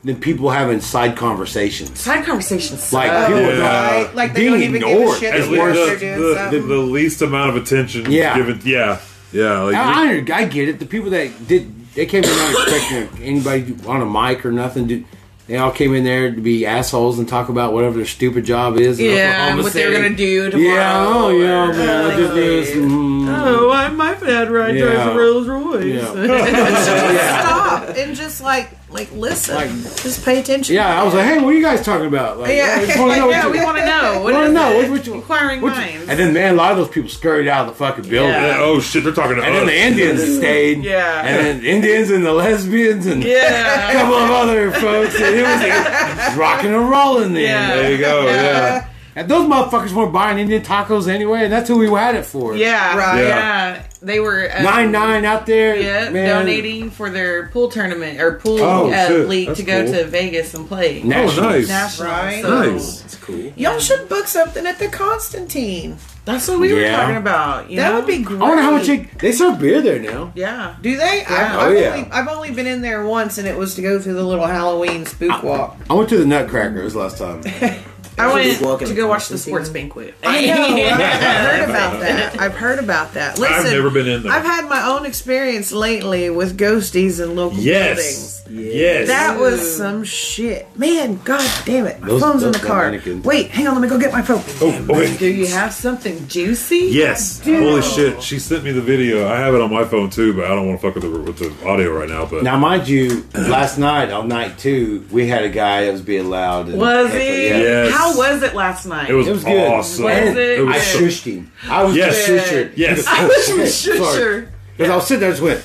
[SPEAKER 1] than people having side conversations.
[SPEAKER 5] side conversations.
[SPEAKER 1] Like
[SPEAKER 5] suck.
[SPEAKER 1] people
[SPEAKER 2] Yeah.
[SPEAKER 1] don't-
[SPEAKER 3] Right? Like they don't
[SPEAKER 1] being
[SPEAKER 3] even give a
[SPEAKER 1] ignored.
[SPEAKER 3] shit.
[SPEAKER 2] As
[SPEAKER 1] It's
[SPEAKER 2] the,
[SPEAKER 3] They're
[SPEAKER 1] worse.
[SPEAKER 3] just- doing
[SPEAKER 2] the, the,
[SPEAKER 3] something.
[SPEAKER 2] the least amount of attention
[SPEAKER 1] Yeah.
[SPEAKER 2] given. Yeah, yeah. Like, you-
[SPEAKER 1] I, I, I get it. The people that did, they came in not expecting anybody to- on a mic or nothing. Dude, they all came in there to be assholes and talk about whatever their stupid job is. in
[SPEAKER 5] Yeah,
[SPEAKER 1] Oklahoma
[SPEAKER 5] what they're
[SPEAKER 1] City.
[SPEAKER 5] gonna do tomorrow.
[SPEAKER 1] Yeah, oh yeah, man, I just did this. Mm,
[SPEAKER 5] Oh, why my dad ride
[SPEAKER 1] Yeah.
[SPEAKER 5] drives a Rolls Royce?
[SPEAKER 1] yeah.
[SPEAKER 3] Stop and just like like listen,
[SPEAKER 1] Like-
[SPEAKER 3] just pay attention.
[SPEAKER 1] yeah, I was like, hey, what are you guys talking about? Like,
[SPEAKER 3] Yeah.
[SPEAKER 1] I just wanna know what
[SPEAKER 5] Yeah,
[SPEAKER 1] you-
[SPEAKER 5] we want to know. What
[SPEAKER 1] I
[SPEAKER 5] is
[SPEAKER 1] don't know.
[SPEAKER 5] it?
[SPEAKER 1] What, what you,
[SPEAKER 5] Inquiring
[SPEAKER 1] what you-
[SPEAKER 5] minds.
[SPEAKER 1] and then, man, a lot of those people scurried out of the fucking building.
[SPEAKER 5] Yeah.
[SPEAKER 2] oh shit, they're talking to
[SPEAKER 1] And
[SPEAKER 2] us.
[SPEAKER 1] then the Indians stayed.
[SPEAKER 5] Yeah.
[SPEAKER 1] And then the Indians and the lesbians and a
[SPEAKER 5] yeah.
[SPEAKER 1] couple of other folks. And it was like, rocking and rolling then.
[SPEAKER 5] Yeah.
[SPEAKER 2] there you go. Yeah.
[SPEAKER 1] And those motherfuckers weren't buying Indian tacos anyway, and that's who we had it for.
[SPEAKER 5] Yeah,
[SPEAKER 3] Right.
[SPEAKER 5] Yeah.
[SPEAKER 2] Yeah.
[SPEAKER 5] They were uh,
[SPEAKER 1] Nine nine out there.
[SPEAKER 5] Yeah,
[SPEAKER 1] man.
[SPEAKER 5] donating for their pool tournament or pool
[SPEAKER 2] Oh,
[SPEAKER 5] uh,
[SPEAKER 2] shit.
[SPEAKER 5] league
[SPEAKER 2] That's
[SPEAKER 5] to go
[SPEAKER 2] cool.
[SPEAKER 5] to Vegas and play.
[SPEAKER 1] Nationals.
[SPEAKER 2] Oh, nice.
[SPEAKER 5] National,
[SPEAKER 3] Right.
[SPEAKER 5] so-
[SPEAKER 2] Nice.
[SPEAKER 4] It's cool.
[SPEAKER 3] Y'all should book something at the Constantine.
[SPEAKER 5] That's what we were
[SPEAKER 1] Yeah.
[SPEAKER 5] talking about. You
[SPEAKER 3] That
[SPEAKER 5] know?
[SPEAKER 3] would be
[SPEAKER 1] I
[SPEAKER 3] great.
[SPEAKER 1] wonder how much they, they serve beer there now.
[SPEAKER 5] Yeah.
[SPEAKER 3] Do they?
[SPEAKER 5] Yeah.
[SPEAKER 3] I've,
[SPEAKER 1] Oh,
[SPEAKER 3] I've
[SPEAKER 1] yeah.
[SPEAKER 3] only, I've only been in there once, and it was to go through the little Halloween spook walk.
[SPEAKER 1] I went to the Nutcrackers last time.
[SPEAKER 5] I
[SPEAKER 4] Just
[SPEAKER 5] went
[SPEAKER 4] walking
[SPEAKER 5] to go watch the
[SPEAKER 4] across the
[SPEAKER 5] sports banquet.
[SPEAKER 3] I know. I've heard about that. I've heard about that. Listen,
[SPEAKER 2] I've never been in there.
[SPEAKER 3] I've had my own experience lately with ghosties in local buildings.
[SPEAKER 2] yes. Yes.
[SPEAKER 3] That was some shit, man. God damn it! My
[SPEAKER 1] Those-
[SPEAKER 3] phone's in the
[SPEAKER 1] those
[SPEAKER 3] car.
[SPEAKER 1] mannequins.
[SPEAKER 3] Wait, hang on. Let me go get my phone.
[SPEAKER 2] oh, okay.
[SPEAKER 5] Do you have something juicy?
[SPEAKER 2] Yes. Holy shit. She sent me the video. I have it on my phone too, but I don't want to fuck with the, with the audio right now. But
[SPEAKER 1] Now, mind you, last night on night two, we had a guy that was being loud. And
[SPEAKER 5] Was he?
[SPEAKER 1] Yeah.
[SPEAKER 2] Yes.
[SPEAKER 5] How was it last night?
[SPEAKER 2] it was,
[SPEAKER 1] It was good.
[SPEAKER 2] awesome.
[SPEAKER 5] Was it?
[SPEAKER 1] I
[SPEAKER 5] Yeah.
[SPEAKER 2] so-
[SPEAKER 1] shushed him. I was
[SPEAKER 2] Yes.
[SPEAKER 1] yes. shushered.
[SPEAKER 2] Yes.
[SPEAKER 5] I wish we should
[SPEAKER 1] Sorry.
[SPEAKER 5] sure.
[SPEAKER 1] Because I was sitting there just went,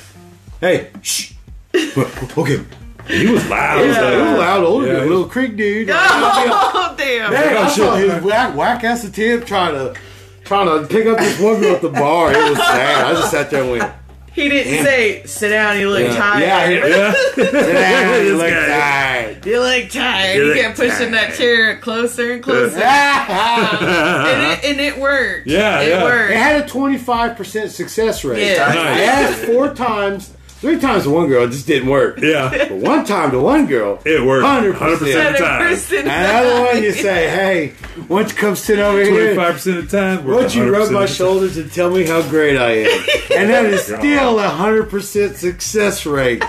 [SPEAKER 1] hey, shh. okay.
[SPEAKER 2] He was loud.
[SPEAKER 1] He was a little loud, older
[SPEAKER 2] Yeah,
[SPEAKER 1] dude,
[SPEAKER 2] he
[SPEAKER 1] little creek dude.
[SPEAKER 5] Oh damn!
[SPEAKER 1] Hey, I
[SPEAKER 2] Oh,
[SPEAKER 1] saw
[SPEAKER 2] shit.
[SPEAKER 1] his whack, whack ass tip trying to trying to pick up this woman at the bar. It was sad. I just sat there and went,
[SPEAKER 5] He didn't say sit down. You look tired.
[SPEAKER 1] yeah, yeah.
[SPEAKER 2] Yeah.
[SPEAKER 1] yeah
[SPEAKER 2] This
[SPEAKER 1] like,
[SPEAKER 2] guy.
[SPEAKER 1] "Alright."
[SPEAKER 5] You look tired.
[SPEAKER 2] You
[SPEAKER 5] You
[SPEAKER 2] look
[SPEAKER 5] kept pushing that chair closer and closer, and, it, and it worked.
[SPEAKER 2] Yeah,
[SPEAKER 5] it
[SPEAKER 2] yeah.
[SPEAKER 5] worked.
[SPEAKER 1] It had a 25% success rate.
[SPEAKER 5] Yeah.
[SPEAKER 1] I asked four times, three times to one girl, it just didn't work.
[SPEAKER 2] yeah.
[SPEAKER 1] But one time to one girl,
[SPEAKER 2] It worked.
[SPEAKER 1] 100%.
[SPEAKER 2] 100% of the
[SPEAKER 5] Better
[SPEAKER 2] time.
[SPEAKER 5] person.
[SPEAKER 1] Another one, you say, hey, why don't you come sit over here?
[SPEAKER 2] 25% of the time. we're
[SPEAKER 1] Why don't you
[SPEAKER 2] 100%
[SPEAKER 1] rub
[SPEAKER 2] of
[SPEAKER 1] my
[SPEAKER 2] the time.
[SPEAKER 1] shoulders and tell me how great I am? And that is still a 100% success rate.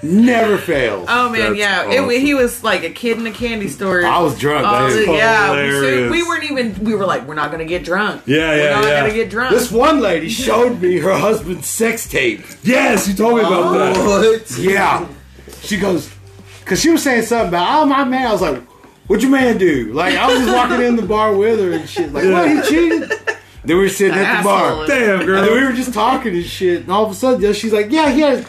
[SPEAKER 1] Never fails.
[SPEAKER 5] Oh man,
[SPEAKER 2] That's
[SPEAKER 5] yeah. It, wa- he was like a kid in a candy store.
[SPEAKER 1] I was drunk.
[SPEAKER 5] Oh,
[SPEAKER 1] man.
[SPEAKER 5] the- yeah, we- so
[SPEAKER 2] hilarious.
[SPEAKER 5] we weren't even. We were like, we're not gonna get drunk.
[SPEAKER 2] Yeah,
[SPEAKER 5] we're
[SPEAKER 2] yeah,
[SPEAKER 5] not
[SPEAKER 2] yeah.
[SPEAKER 5] gonna get drunk.
[SPEAKER 1] This one lady showed me her husband's sex tape.
[SPEAKER 2] Yes, you told me about
[SPEAKER 5] Oh.
[SPEAKER 2] that.
[SPEAKER 4] What?
[SPEAKER 1] Yeah. She goes, because she was saying something about, oh, my man. I was like, what your man do? Like, I was just walking in the bar with her and shit. Like, what? He cheated? Then we were sitting at the bar.
[SPEAKER 5] Asshole.
[SPEAKER 2] Damn,
[SPEAKER 1] And
[SPEAKER 2] girl.
[SPEAKER 1] then we were just talking and shit. And all of a sudden, just- she's like, yeah, he had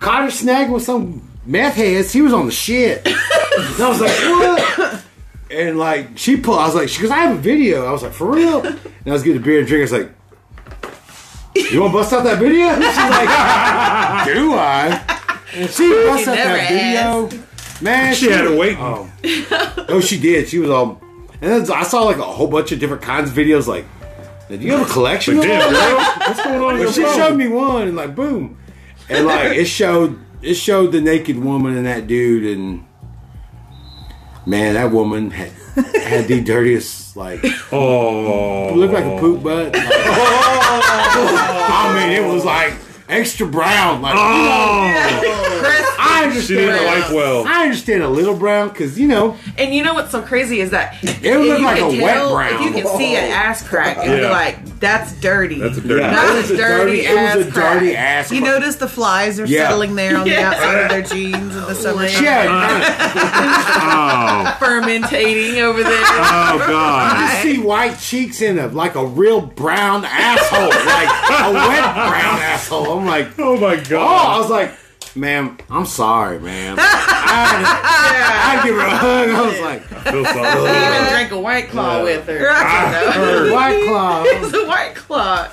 [SPEAKER 1] caught her snagging with some meth heads. He was on the shit. and I was like, what? And like, she pulled, I was like, she goes, I have a video. I was like, for real? And I was getting a beer and drink. I was like, you want to bust out that video? And she's like, do I? And she busts out
[SPEAKER 5] never
[SPEAKER 1] that video. Man,
[SPEAKER 2] She had it waiting.
[SPEAKER 1] Oh. oh, she did. She was all. And then I saw like a whole bunch of different kinds of videos. Like, do you have a collection? of
[SPEAKER 2] Damn,
[SPEAKER 1] them?
[SPEAKER 2] girl. What's going on in your
[SPEAKER 1] But she
[SPEAKER 2] phone?
[SPEAKER 1] showed me one, and like boom, and like it showed it showed the naked woman and that dude, and man, that woman had had the dirtiest like
[SPEAKER 2] Oh.
[SPEAKER 1] looked like a poop butt. Like, I mean, it was like extra brown. Like,
[SPEAKER 2] Oh,
[SPEAKER 1] I
[SPEAKER 2] she didn't
[SPEAKER 1] understand.
[SPEAKER 2] wipe well.
[SPEAKER 1] I understand a little brown because you know
[SPEAKER 5] And you know what's so crazy is that
[SPEAKER 1] It
[SPEAKER 5] if
[SPEAKER 1] looked
[SPEAKER 5] you
[SPEAKER 1] like
[SPEAKER 5] can
[SPEAKER 1] a wet
[SPEAKER 5] tell-
[SPEAKER 1] brown.
[SPEAKER 5] If you can see an ass crack, and
[SPEAKER 2] Yeah.
[SPEAKER 5] you're like, "That's dirty."
[SPEAKER 2] That's a dirty.
[SPEAKER 1] Yeah.
[SPEAKER 5] That's
[SPEAKER 1] It was a
[SPEAKER 5] dirty,
[SPEAKER 1] dirty- it was
[SPEAKER 5] ass
[SPEAKER 1] a
[SPEAKER 5] crack.
[SPEAKER 1] dirty ass
[SPEAKER 3] You
[SPEAKER 1] crack.
[SPEAKER 3] notice the flies are
[SPEAKER 1] Yeah.
[SPEAKER 3] settling there on the
[SPEAKER 5] Yeah.
[SPEAKER 3] outside of their jeans in the summertime.
[SPEAKER 1] she had I
[SPEAKER 2] Oh,
[SPEAKER 5] fermentating over there.
[SPEAKER 2] oh god.
[SPEAKER 1] just see white cheeks in a like a real brown asshole, like a wet brown asshole. I'm like,
[SPEAKER 2] Oh my
[SPEAKER 1] Oh, I
[SPEAKER 2] god.
[SPEAKER 1] was like, ma'am, I'm sorry, ma'am. I, I give her a hug. I was like,
[SPEAKER 2] I feel sorry.
[SPEAKER 5] I even drank a white claw with her.
[SPEAKER 1] White Claw.
[SPEAKER 5] It's a white claw.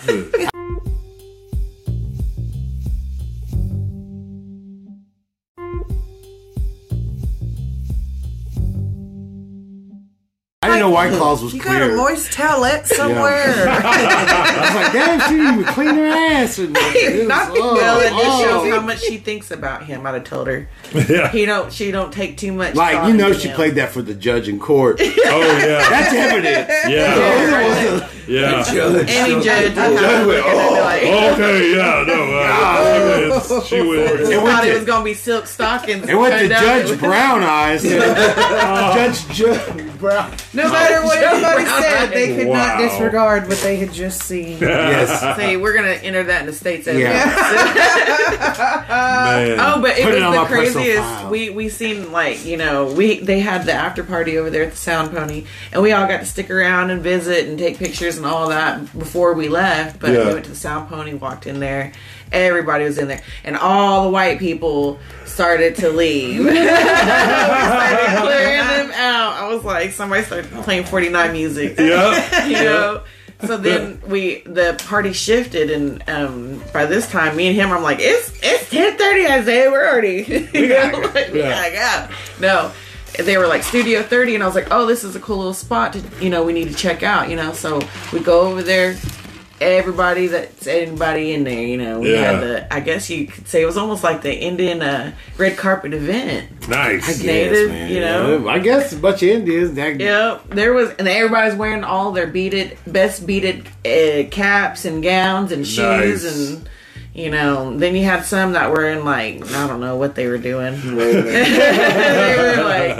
[SPEAKER 1] I didn't know White Claws was
[SPEAKER 3] You got
[SPEAKER 1] clear.
[SPEAKER 3] a
[SPEAKER 1] I
[SPEAKER 3] moist towelette somewhere.
[SPEAKER 1] was like, damn, she didn't even clean her ass. And it was,
[SPEAKER 5] Not
[SPEAKER 1] oh,
[SPEAKER 5] well, and this
[SPEAKER 1] oh.
[SPEAKER 5] shows how much she thinks about him. I'd have told her
[SPEAKER 2] Yeah.
[SPEAKER 5] he don't. She don't take too much.
[SPEAKER 1] Like,
[SPEAKER 5] thought
[SPEAKER 1] you know,
[SPEAKER 5] into
[SPEAKER 1] she
[SPEAKER 5] him.
[SPEAKER 1] played that for the judge in court.
[SPEAKER 2] Oh yeah.
[SPEAKER 1] That's evidence.
[SPEAKER 2] Yeah.
[SPEAKER 1] It was
[SPEAKER 2] Yeah.
[SPEAKER 4] Judge.
[SPEAKER 5] Any judge would have look at her and be like,
[SPEAKER 2] Okay. Yeah. No. Uh, she wins. She
[SPEAKER 5] Oh,
[SPEAKER 2] wins.
[SPEAKER 1] It went
[SPEAKER 5] thought it was
[SPEAKER 1] to,
[SPEAKER 5] gonna be silk stockings.
[SPEAKER 1] it went to
[SPEAKER 5] Turned out it
[SPEAKER 1] Judge
[SPEAKER 5] was-
[SPEAKER 1] Brown Eyes. Judge Judge Brown.
[SPEAKER 3] No matter what anybody said, they could
[SPEAKER 2] Wow.
[SPEAKER 3] not disregard what they had just seen.
[SPEAKER 1] Yes.
[SPEAKER 5] Say we're gonna enter that in the states. as
[SPEAKER 1] Yeah.
[SPEAKER 2] Man.
[SPEAKER 5] Oh, but it
[SPEAKER 1] Put
[SPEAKER 5] was
[SPEAKER 1] it on
[SPEAKER 5] the
[SPEAKER 1] my personal
[SPEAKER 5] craziest.
[SPEAKER 1] file.
[SPEAKER 5] We we seen like you know we they had the after party over there at the Sound Pony, and we all got to stick around and visit and take pictures and all that before we left. But
[SPEAKER 2] Yeah.
[SPEAKER 5] we went to the Sound Pony, walked in there, everybody was in there, and all the white people started to leave. we started clearing them out. I was like, somebody started playing forty nine music
[SPEAKER 2] Yeah.
[SPEAKER 5] you know. So then we the party shifted, and um, by this time, me and him, I'm like, it's it's ten thirty. I say we're already, you know, like, we
[SPEAKER 2] Yeah.
[SPEAKER 5] gotta go. No, they were like Studio Thirty, and I was like, oh, this is a cool little spot to, you know, we need to check out, you know. So we go over there. Everybody that's anybody in there, you know, we
[SPEAKER 2] Yeah.
[SPEAKER 5] had the. I guess you could say it was almost like the Indian uh, red carpet event.
[SPEAKER 2] Nice.
[SPEAKER 5] Native, you know?
[SPEAKER 1] Yeah, I guess a bunch of Indians. That,
[SPEAKER 5] Yep, there was, and everybody's wearing all their beaded, best beaded uh, caps and gowns and
[SPEAKER 2] Nice.
[SPEAKER 5] shoes, and you know, then you had some that were in like I don't know what they were doing. they were like,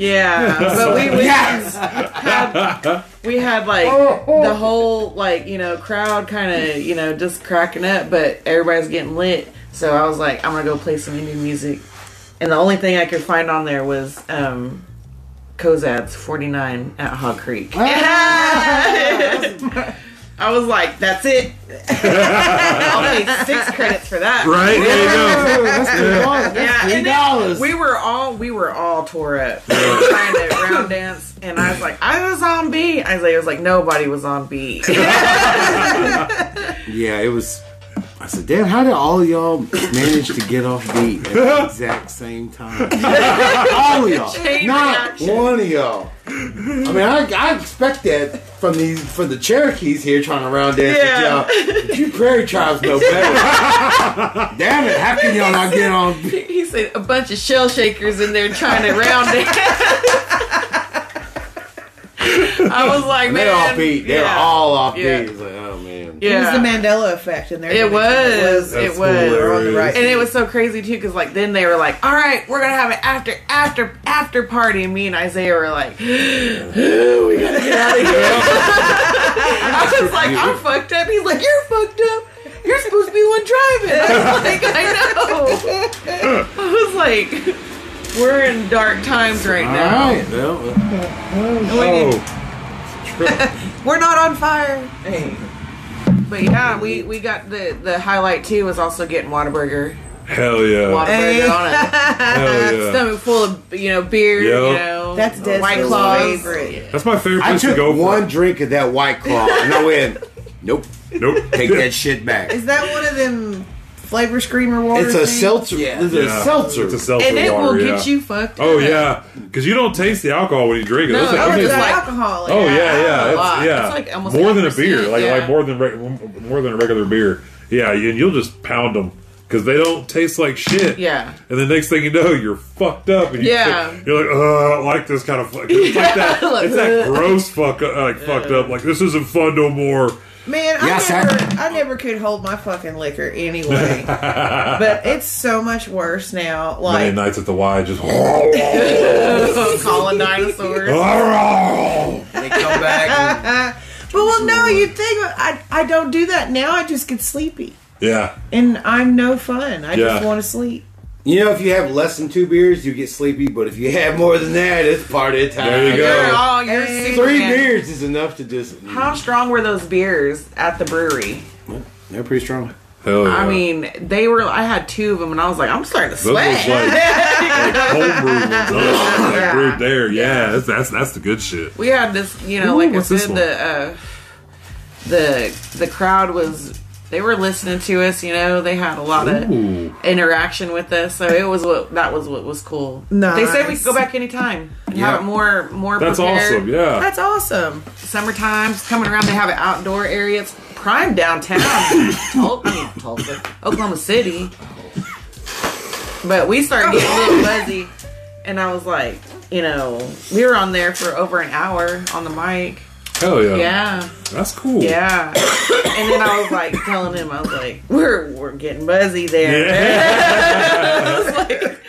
[SPEAKER 5] yeah, but we we had, we had like the whole like you know crowd kind of you know just cracking up, but everybody's getting lit. So I was like, I'm gonna go play some Indian music, and the only thing I could find on there was um, Kozad's 49 at Hog Creek. I was like, that's it. I'll pay six credits for that.
[SPEAKER 2] Right. There you go.
[SPEAKER 1] That's three dollars.
[SPEAKER 5] Yeah,
[SPEAKER 1] That's three
[SPEAKER 5] and then
[SPEAKER 1] dollars.
[SPEAKER 5] We were all we were all tore up trying to round dance, and I was like, I was on beat. Isaiah was like, nobody was on beat.
[SPEAKER 1] Yeah, it was. I said, damn, how did all y'all manage to get off beat at the exact same time? all of y'all,
[SPEAKER 5] Chain
[SPEAKER 1] not
[SPEAKER 5] reaction.
[SPEAKER 1] one of y'all. I mean, I, I expect that from these from the Cherokees here trying to round dance
[SPEAKER 5] Yeah.
[SPEAKER 1] with y'all. But you prairie tribes know better. damn it, how can y'all not get on? beat?
[SPEAKER 5] he said a bunch of shell shakers in there trying to round dance. I was like, man,
[SPEAKER 1] They're off beat. They're
[SPEAKER 5] yeah.
[SPEAKER 1] all off beat.
[SPEAKER 5] Yeah.
[SPEAKER 1] It's like, oh man.
[SPEAKER 5] Yeah.
[SPEAKER 3] It was the Mandela effect in there.
[SPEAKER 5] It was.
[SPEAKER 2] That's
[SPEAKER 5] It was.
[SPEAKER 3] We're on the right.
[SPEAKER 5] And it was so crazy too, because like then they were like, "All right, we're gonna have an after after after party." And me and Isaiah were like, "We gotta get out of here." I was like, "I'm fucked up." He's like, "You're fucked up. You're supposed to be the one driving." I was like, "I know." I was like, "We're in dark times right
[SPEAKER 1] All
[SPEAKER 5] now."
[SPEAKER 1] right. Well,
[SPEAKER 2] Oh.
[SPEAKER 3] We're not on fire.
[SPEAKER 5] But yeah, we we got the the highlight too was also getting Whataburger,
[SPEAKER 2] Hell yeah.
[SPEAKER 5] Whataburger
[SPEAKER 3] Hey.
[SPEAKER 5] on it.
[SPEAKER 2] Hell Oh, yeah.
[SPEAKER 5] stomach full of you know beer,
[SPEAKER 2] Yep.
[SPEAKER 5] you know
[SPEAKER 3] That's Des's
[SPEAKER 5] white claws.
[SPEAKER 3] favorite.
[SPEAKER 2] That's my favorite
[SPEAKER 1] I
[SPEAKER 2] place to
[SPEAKER 1] took
[SPEAKER 2] go. for-
[SPEAKER 1] one drink of that White Claw and I went, nope,
[SPEAKER 2] Nope.
[SPEAKER 1] take that shit back.
[SPEAKER 3] Is that one of them flavor screamer water?
[SPEAKER 1] It's a
[SPEAKER 3] things?
[SPEAKER 1] seltzer.
[SPEAKER 4] Yeah.
[SPEAKER 1] It's
[SPEAKER 2] Yeah.
[SPEAKER 1] a seltzer.
[SPEAKER 2] It's a seltzer
[SPEAKER 5] And it
[SPEAKER 2] water,
[SPEAKER 5] will
[SPEAKER 2] yeah.
[SPEAKER 5] get you fucked.
[SPEAKER 2] Oh
[SPEAKER 5] up.
[SPEAKER 2] yeah, because you don't taste the alcohol when you drink it.
[SPEAKER 5] No,
[SPEAKER 2] Those
[SPEAKER 5] I
[SPEAKER 2] are-
[SPEAKER 3] Oh,
[SPEAKER 5] was
[SPEAKER 3] it's
[SPEAKER 5] just
[SPEAKER 3] like
[SPEAKER 5] like-
[SPEAKER 3] alcohol.
[SPEAKER 2] Oh yeah, yeah,
[SPEAKER 5] a lot.
[SPEAKER 2] it's, yeah.
[SPEAKER 5] It's like almost
[SPEAKER 2] more than a
[SPEAKER 5] 10%,
[SPEAKER 2] beer, like
[SPEAKER 5] yeah.
[SPEAKER 2] like more than reg- more than a regular beer. Yeah, and you'll just pound them because they don't taste like shit.
[SPEAKER 5] Yeah.
[SPEAKER 2] And the next thing you know, you're fucked up, and you
[SPEAKER 5] Yeah.
[SPEAKER 2] think- you're like, oh, I don't like this kind of. Fuck. It's like that.
[SPEAKER 5] Like,
[SPEAKER 2] it's that gross fuck, uh, like fucked up. Like this isn't fun no more.
[SPEAKER 3] Man, I
[SPEAKER 1] Yes, I-
[SPEAKER 3] never, I never could hold my fucking liquor anyway. but it's so much worse now.
[SPEAKER 2] Many
[SPEAKER 3] Like
[SPEAKER 2] nights at the Y just.
[SPEAKER 5] Calling dinosaurs.
[SPEAKER 4] They come back. And,
[SPEAKER 3] But well, no, you think I I don't do that now. I just get sleepy,
[SPEAKER 2] yeah.
[SPEAKER 3] and I'm no fun. I just
[SPEAKER 2] Yeah.
[SPEAKER 3] want to sleep.
[SPEAKER 1] You know, if you have less than two beers, you get sleepy. But if you have more than that, it's party time.
[SPEAKER 2] There you go.
[SPEAKER 5] You're all Oh, you're
[SPEAKER 3] Hey.
[SPEAKER 5] Superman.
[SPEAKER 1] Three beers is enough to just.
[SPEAKER 5] How strong were those beers at the brewery?
[SPEAKER 1] They're pretty strong.
[SPEAKER 2] Hell yeah.
[SPEAKER 5] I mean, they were. I had two of them, and I was like, I'm starting to
[SPEAKER 2] Those
[SPEAKER 5] sweat.
[SPEAKER 2] was like, like homebrew ones. Oh, that group there, yeah, that's, that's that's the good shit.
[SPEAKER 5] we had this, you know,
[SPEAKER 2] Ooh,
[SPEAKER 5] like I
[SPEAKER 2] what's this
[SPEAKER 5] said,
[SPEAKER 2] one?
[SPEAKER 5] the uh, the the crowd was they were listening to us. You know, they had a lot
[SPEAKER 2] Ooh.
[SPEAKER 5] of interaction with us, so it was what that was what was cool. They said we
[SPEAKER 3] Nice.
[SPEAKER 5] could go back anytime and have it more more.
[SPEAKER 2] That's
[SPEAKER 5] prepared.
[SPEAKER 2] awesome, yeah.
[SPEAKER 3] That's awesome.
[SPEAKER 5] Summertime's coming around. They have an outdoor area. It's prime downtown, Tul- I mean, Tulsa, Oklahoma City. But we started getting a little buzzy, and I was like, you know, we were on there for over an hour on the mic.
[SPEAKER 2] Hell yeah.
[SPEAKER 5] Yeah,
[SPEAKER 2] That's cool.
[SPEAKER 5] yeah. And then I was like telling him, I was like, we're we're getting buzzy there.
[SPEAKER 2] Yeah.
[SPEAKER 5] I was like,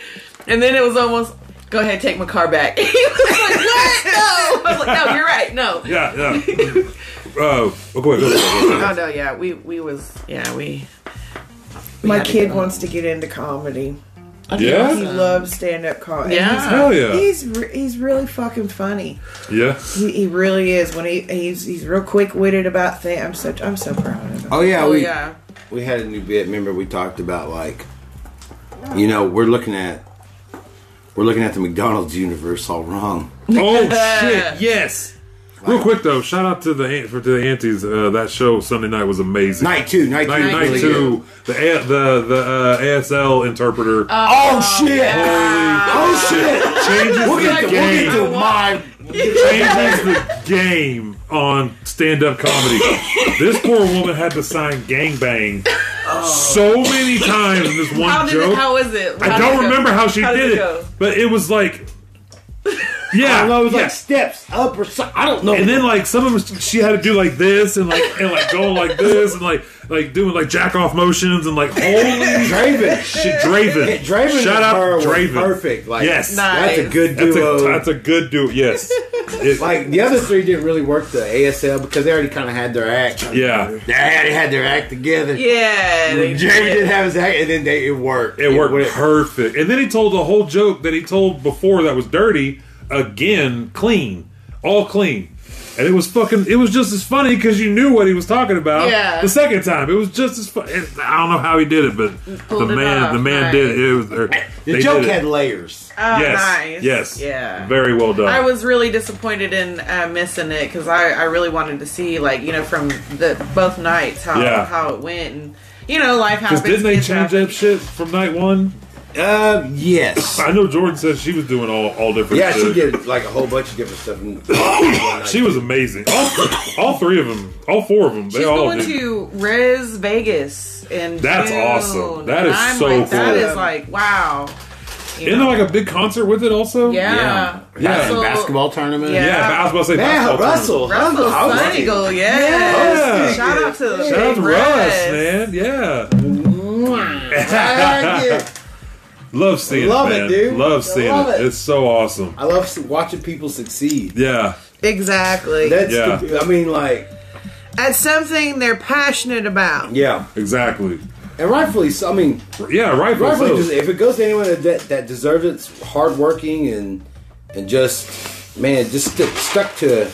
[SPEAKER 5] and then it was almost. Go ahead, take my car back. he was like, "What? No!" I was like, "No, you're right. No,
[SPEAKER 2] Yeah, yeah. Oh, go ahead, go ahead. go ahead.
[SPEAKER 5] Oh no, yeah, we we was yeah we. we
[SPEAKER 3] My
[SPEAKER 5] had to
[SPEAKER 3] kid
[SPEAKER 5] go.
[SPEAKER 3] wants to get into comedy. He
[SPEAKER 2] Yeah?
[SPEAKER 3] loves stand up comedy.
[SPEAKER 5] Yeah.
[SPEAKER 2] Hell Oh, yeah.
[SPEAKER 3] He's re- he's really fucking funny.
[SPEAKER 2] Yeah.
[SPEAKER 3] He, he really is. When he he's he's real quick witted about things. I'm so I'm so proud of him.
[SPEAKER 1] Oh yeah,
[SPEAKER 5] Oh
[SPEAKER 1] we
[SPEAKER 5] yeah.
[SPEAKER 1] we had a new bit. Remember, we talked about like, you know, we're looking at we're looking at the McDonald's universe all wrong.
[SPEAKER 2] Oh shit! Yes. Real quick though, shout out to the aunt- for to the aunties. Uh, that show Sunday night was amazing.
[SPEAKER 1] Night two, night two,
[SPEAKER 2] night,
[SPEAKER 1] was
[SPEAKER 2] night
[SPEAKER 1] really good.
[SPEAKER 2] two. The A- the the uh, ASL interpreter.
[SPEAKER 1] Oh shit! Oh shit!
[SPEAKER 2] changes
[SPEAKER 1] We'll
[SPEAKER 2] the
[SPEAKER 1] get to, we'll
[SPEAKER 2] game.
[SPEAKER 1] get to my.
[SPEAKER 2] changes the game on stand-up comedy. this poor woman had to sign "gangbang" so many times in this one
[SPEAKER 5] How did
[SPEAKER 2] joke.
[SPEAKER 5] it? How was it?
[SPEAKER 2] I
[SPEAKER 5] How did it
[SPEAKER 2] don't
[SPEAKER 5] go?
[SPEAKER 2] remember how she
[SPEAKER 5] did
[SPEAKER 2] did
[SPEAKER 5] it
[SPEAKER 2] it,
[SPEAKER 5] go?
[SPEAKER 2] but it was like, yeah,
[SPEAKER 1] I know Oh, it was
[SPEAKER 2] yeah.
[SPEAKER 1] like steps up or so, I don't know.
[SPEAKER 2] And then like some of us, she had to do like this and like and like going like this and like like doing like jack off motions and like holy
[SPEAKER 1] Draven,
[SPEAKER 2] shit, Draven.
[SPEAKER 1] Yeah, Draven
[SPEAKER 2] Shut
[SPEAKER 1] and
[SPEAKER 2] up,
[SPEAKER 1] her were
[SPEAKER 2] Draven.
[SPEAKER 1] perfect. Like
[SPEAKER 2] Yes.
[SPEAKER 1] that's a
[SPEAKER 5] Nice.
[SPEAKER 1] good
[SPEAKER 2] That's
[SPEAKER 1] duo.
[SPEAKER 2] a, that's a good dude. Yes. It-
[SPEAKER 1] like the other three didn't really work the ASL because they already kind of had their act.
[SPEAKER 2] yeah.
[SPEAKER 1] They already had their act together.
[SPEAKER 5] Yeah. they
[SPEAKER 1] Jamie
[SPEAKER 5] did.
[SPEAKER 1] didn't have his act, and then they, it worked.
[SPEAKER 2] It worked
[SPEAKER 1] went-
[SPEAKER 2] perfect. And then he told the whole joke that he told before that was dirty again, clean, all clean. And it was fucking. It was just as funny because you knew what he was talking about.
[SPEAKER 5] Yeah.
[SPEAKER 2] The second time, it was just as funny. I don't know how he did it, but
[SPEAKER 5] pulled
[SPEAKER 2] the
[SPEAKER 5] it
[SPEAKER 2] man,
[SPEAKER 5] off,
[SPEAKER 2] the man
[SPEAKER 5] nice.
[SPEAKER 2] did it. it was, or,
[SPEAKER 1] The joke had layers.
[SPEAKER 5] Oh,
[SPEAKER 2] yes,
[SPEAKER 5] nice.
[SPEAKER 2] yes,
[SPEAKER 5] Yeah.
[SPEAKER 2] very well done.
[SPEAKER 5] I was really disappointed in uh, missing it because I, I really wanted to see like you know from the both nights how
[SPEAKER 2] Yeah.
[SPEAKER 5] how it went and you know life happens.
[SPEAKER 2] Because didn't they
[SPEAKER 5] kids
[SPEAKER 2] change
[SPEAKER 5] happen.
[SPEAKER 2] that shit from night one?
[SPEAKER 1] Uh, yes.
[SPEAKER 2] I know Jordan said she was doing all, all different
[SPEAKER 1] Yeah,
[SPEAKER 2] shit.
[SPEAKER 1] she did like a whole bunch of different stuff. in- one
[SPEAKER 2] She
[SPEAKER 1] night.
[SPEAKER 2] was amazing. All, all three of them, all four of them, they
[SPEAKER 5] She's
[SPEAKER 2] all
[SPEAKER 5] going
[SPEAKER 2] did.
[SPEAKER 5] to Res Vegas and
[SPEAKER 2] That's awesome. That is
[SPEAKER 5] I'm
[SPEAKER 2] so
[SPEAKER 5] like, That
[SPEAKER 2] cool.
[SPEAKER 5] is like wow. You
[SPEAKER 2] Isn't
[SPEAKER 5] know?
[SPEAKER 2] there like a big concert with it also?
[SPEAKER 5] yeah.
[SPEAKER 2] Yeah.
[SPEAKER 5] So-
[SPEAKER 1] basketball tournament.
[SPEAKER 5] Yeah.
[SPEAKER 2] Yeah, but I was about to say
[SPEAKER 1] Man,
[SPEAKER 2] basketball tournament.
[SPEAKER 1] Russell,
[SPEAKER 5] Russell
[SPEAKER 1] I was like-
[SPEAKER 5] Senegal, yeah.
[SPEAKER 2] Yeah.
[SPEAKER 5] Shout out to the
[SPEAKER 2] Shout out
[SPEAKER 5] big
[SPEAKER 2] to Russ, man. Yeah.
[SPEAKER 1] I like it.
[SPEAKER 2] Love seeing
[SPEAKER 1] Love
[SPEAKER 2] it,
[SPEAKER 1] it,
[SPEAKER 2] man.
[SPEAKER 1] dude.
[SPEAKER 2] Love seeing
[SPEAKER 1] Love
[SPEAKER 2] it.
[SPEAKER 1] it.
[SPEAKER 2] It's so awesome.
[SPEAKER 1] I love se- watching people succeed.
[SPEAKER 2] Yeah.
[SPEAKER 3] Exactly.
[SPEAKER 1] That's
[SPEAKER 2] Yeah.
[SPEAKER 1] the, I mean, like,
[SPEAKER 3] At something they're passionate about.
[SPEAKER 1] yeah,
[SPEAKER 2] Exactly.
[SPEAKER 1] and rightfully so. I mean,
[SPEAKER 2] Yeah, Oh, right.
[SPEAKER 1] rightfully,
[SPEAKER 2] so.
[SPEAKER 1] just, if it goes to anyone that that deserves it, it's hardworking and and just man, just stu- stuck to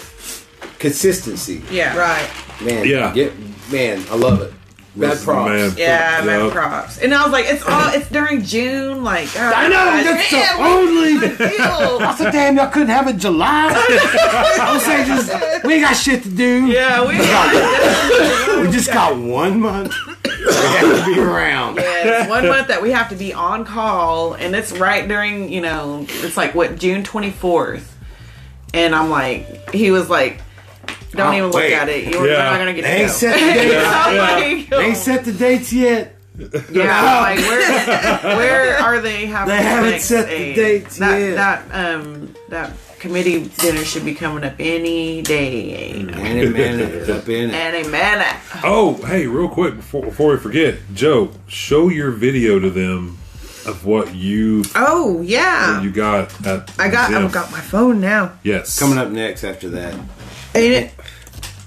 [SPEAKER 1] consistency.
[SPEAKER 5] Yeah.
[SPEAKER 3] Right.
[SPEAKER 1] Man,
[SPEAKER 2] Yeah.
[SPEAKER 1] get, man, I love it. Bad
[SPEAKER 2] Listen,
[SPEAKER 1] props.
[SPEAKER 2] man.
[SPEAKER 5] Yeah, man,
[SPEAKER 2] Yeah.
[SPEAKER 5] props. And I was like, it's all it's during June, like oh,
[SPEAKER 1] I know that's the only. I said, damn, y'all couldn't have it July. I was saying, just we ain't got shit to do.
[SPEAKER 5] Yeah, we
[SPEAKER 1] We just got one month. We have to be around.
[SPEAKER 5] Yes, one month that we have to be on call, and it's right during, you know, it's like what June twenty fourth, and I'm like, he was like, "Don't
[SPEAKER 1] Oh,
[SPEAKER 5] even look
[SPEAKER 1] wait.
[SPEAKER 5] at it. You're
[SPEAKER 2] Yeah.
[SPEAKER 5] not gonna get
[SPEAKER 1] They ain't
[SPEAKER 5] to go."
[SPEAKER 1] set the dates.
[SPEAKER 5] I'm
[SPEAKER 2] Yeah.
[SPEAKER 5] like,
[SPEAKER 1] They ain't set the dates yet.
[SPEAKER 5] yeah, I'm like where, where are they having?
[SPEAKER 1] They haven't
[SPEAKER 5] sex
[SPEAKER 1] set the
[SPEAKER 5] aid?
[SPEAKER 1] dates
[SPEAKER 5] That,
[SPEAKER 1] yet.
[SPEAKER 5] that um that committee dinner should be coming up any day.
[SPEAKER 1] And it, man, it, up in it.
[SPEAKER 5] Any minute.
[SPEAKER 2] Oh, hey, real quick before, before we forget, Joe, show your video to them of what you
[SPEAKER 3] Oh yeah,
[SPEAKER 2] you got at
[SPEAKER 3] I got.
[SPEAKER 2] the
[SPEAKER 3] I
[SPEAKER 2] gym.
[SPEAKER 3] got my phone now.
[SPEAKER 2] yes
[SPEAKER 1] Coming up next after that,
[SPEAKER 3] Ain't it?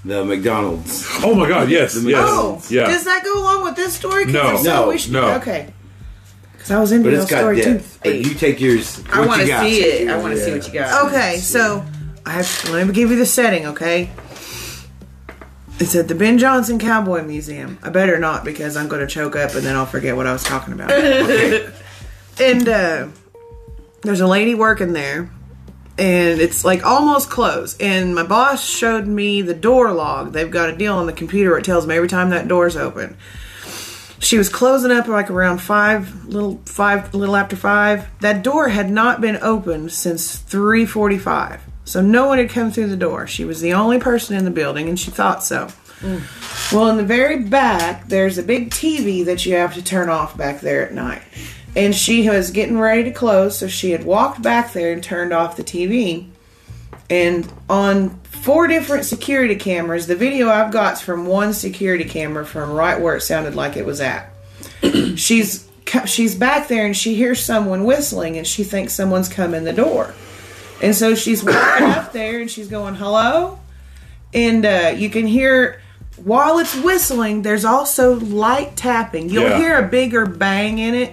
[SPEAKER 1] the McDonald's.
[SPEAKER 2] Oh my God! Yes, yes,
[SPEAKER 3] Oh,
[SPEAKER 2] yeah.
[SPEAKER 3] Does that go along with this story? 'Cause
[SPEAKER 2] No,
[SPEAKER 3] I said
[SPEAKER 1] no,
[SPEAKER 3] we should-
[SPEAKER 2] no.
[SPEAKER 3] Okay. Because I was into
[SPEAKER 1] But
[SPEAKER 3] that
[SPEAKER 1] it's got
[SPEAKER 3] story too.
[SPEAKER 1] depth. But you take yours. What
[SPEAKER 5] I want
[SPEAKER 1] you
[SPEAKER 5] to
[SPEAKER 1] got?
[SPEAKER 5] see it. I want to see what you got.
[SPEAKER 3] Okay, so I have, let me give you the setting, okay? It's at the Ben Johnson Cowboy Museum. I better not because I'm going to choke up and then I'll forget what I was talking about. and uh, there's a lady working there, and it's like almost closed. And my boss showed me the door log. They've got a deal on the computer where it tells them every time that door's open. She was closing up like around five, little five, little after five. That door had not been opened since three forty-five, so no one had come through the door. She was the only person in the building, and she thought so.
[SPEAKER 5] Mm.
[SPEAKER 3] Well, in the very back, there's a big TV that you have to turn off back there at night. And she was getting ready to close, so she had walked back there and turned off the TV. And on four different security cameras, the video I've got's from one security camera from right where it sounded like it was at. she's co- she's back there and she hears someone whistling and she thinks someone's come in the door. And so she's walking up there and she's going, "Hello?" and uh, you can hear while it's whistling there's also light tapping you'll
[SPEAKER 2] Yeah.
[SPEAKER 3] hear a bigger bang in it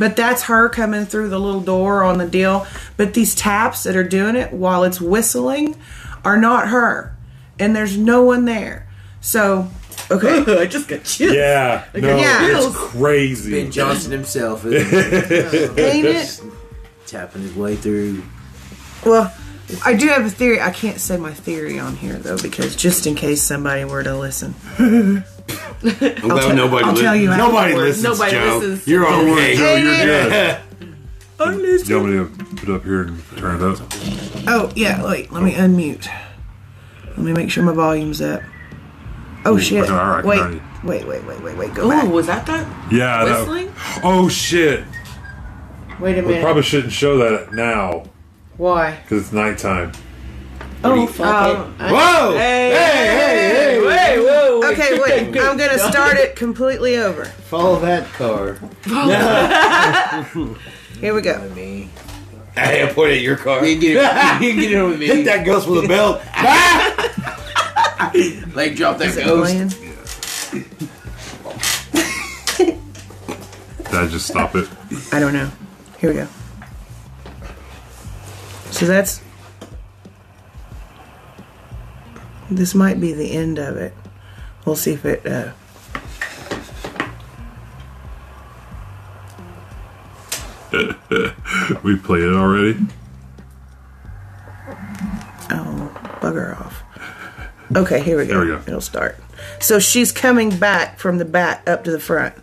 [SPEAKER 3] but that's her coming through the little door on the deal but these taps that are doing it while it's whistling are not her and there's no one there so okay
[SPEAKER 5] I just got chills.
[SPEAKER 2] yeah, no,
[SPEAKER 3] Yeah.
[SPEAKER 2] it's crazy.
[SPEAKER 4] Ben Johnson himself is
[SPEAKER 3] ain't it
[SPEAKER 4] tapping his way through.
[SPEAKER 3] well i do have a theory i can't say my theory on here though because just in case somebody were to listen
[SPEAKER 1] I'm glad nobody.
[SPEAKER 3] I'll
[SPEAKER 1] listens.
[SPEAKER 3] tell you
[SPEAKER 1] Nobody
[SPEAKER 3] afterwards.
[SPEAKER 1] listens.
[SPEAKER 5] Nobody
[SPEAKER 1] Joe.
[SPEAKER 5] listens.
[SPEAKER 1] You're okay.
[SPEAKER 2] Joe, you're good.
[SPEAKER 3] i
[SPEAKER 2] You want me to put it up here and turn it up?
[SPEAKER 3] Oh yeah, wait. Let me unmute. Let me make sure my volume's up. Oh shit!
[SPEAKER 2] all right,
[SPEAKER 3] wait,
[SPEAKER 2] all right.
[SPEAKER 3] wait, wait, wait, wait, wait. Go
[SPEAKER 5] Ooh,
[SPEAKER 3] back.
[SPEAKER 5] was that that?
[SPEAKER 2] Yeah. that-
[SPEAKER 5] Whistling?
[SPEAKER 2] oh shit!
[SPEAKER 3] Wait a
[SPEAKER 2] We
[SPEAKER 3] minute.
[SPEAKER 2] probably shouldn't show that now
[SPEAKER 3] Why?
[SPEAKER 2] because it's nighttime.
[SPEAKER 5] Oh, fuck
[SPEAKER 3] Um,
[SPEAKER 5] it.
[SPEAKER 1] Whoa! Hey, hey, hey!
[SPEAKER 5] Hey, whoa.
[SPEAKER 3] Okay, wait. I'm gonna start it completely over.
[SPEAKER 1] Follow that car.
[SPEAKER 3] Here we go.
[SPEAKER 4] Me.
[SPEAKER 1] Hey, I pointed at your car.
[SPEAKER 4] You can get it. You can get it with
[SPEAKER 1] Hit
[SPEAKER 4] me.
[SPEAKER 1] that ghost with a belt.
[SPEAKER 4] Like drop that
[SPEAKER 3] Is it
[SPEAKER 4] ghost.
[SPEAKER 3] playing?
[SPEAKER 2] Did I just stop it?
[SPEAKER 3] I don't know. Here we go. So that's. This might be the end of it. We'll see if it. Uh...
[SPEAKER 2] We played it already.
[SPEAKER 3] Oh, bugger off. Okay, here we go.
[SPEAKER 2] There we go.
[SPEAKER 3] It'll start. So she's coming back from the back up to the front.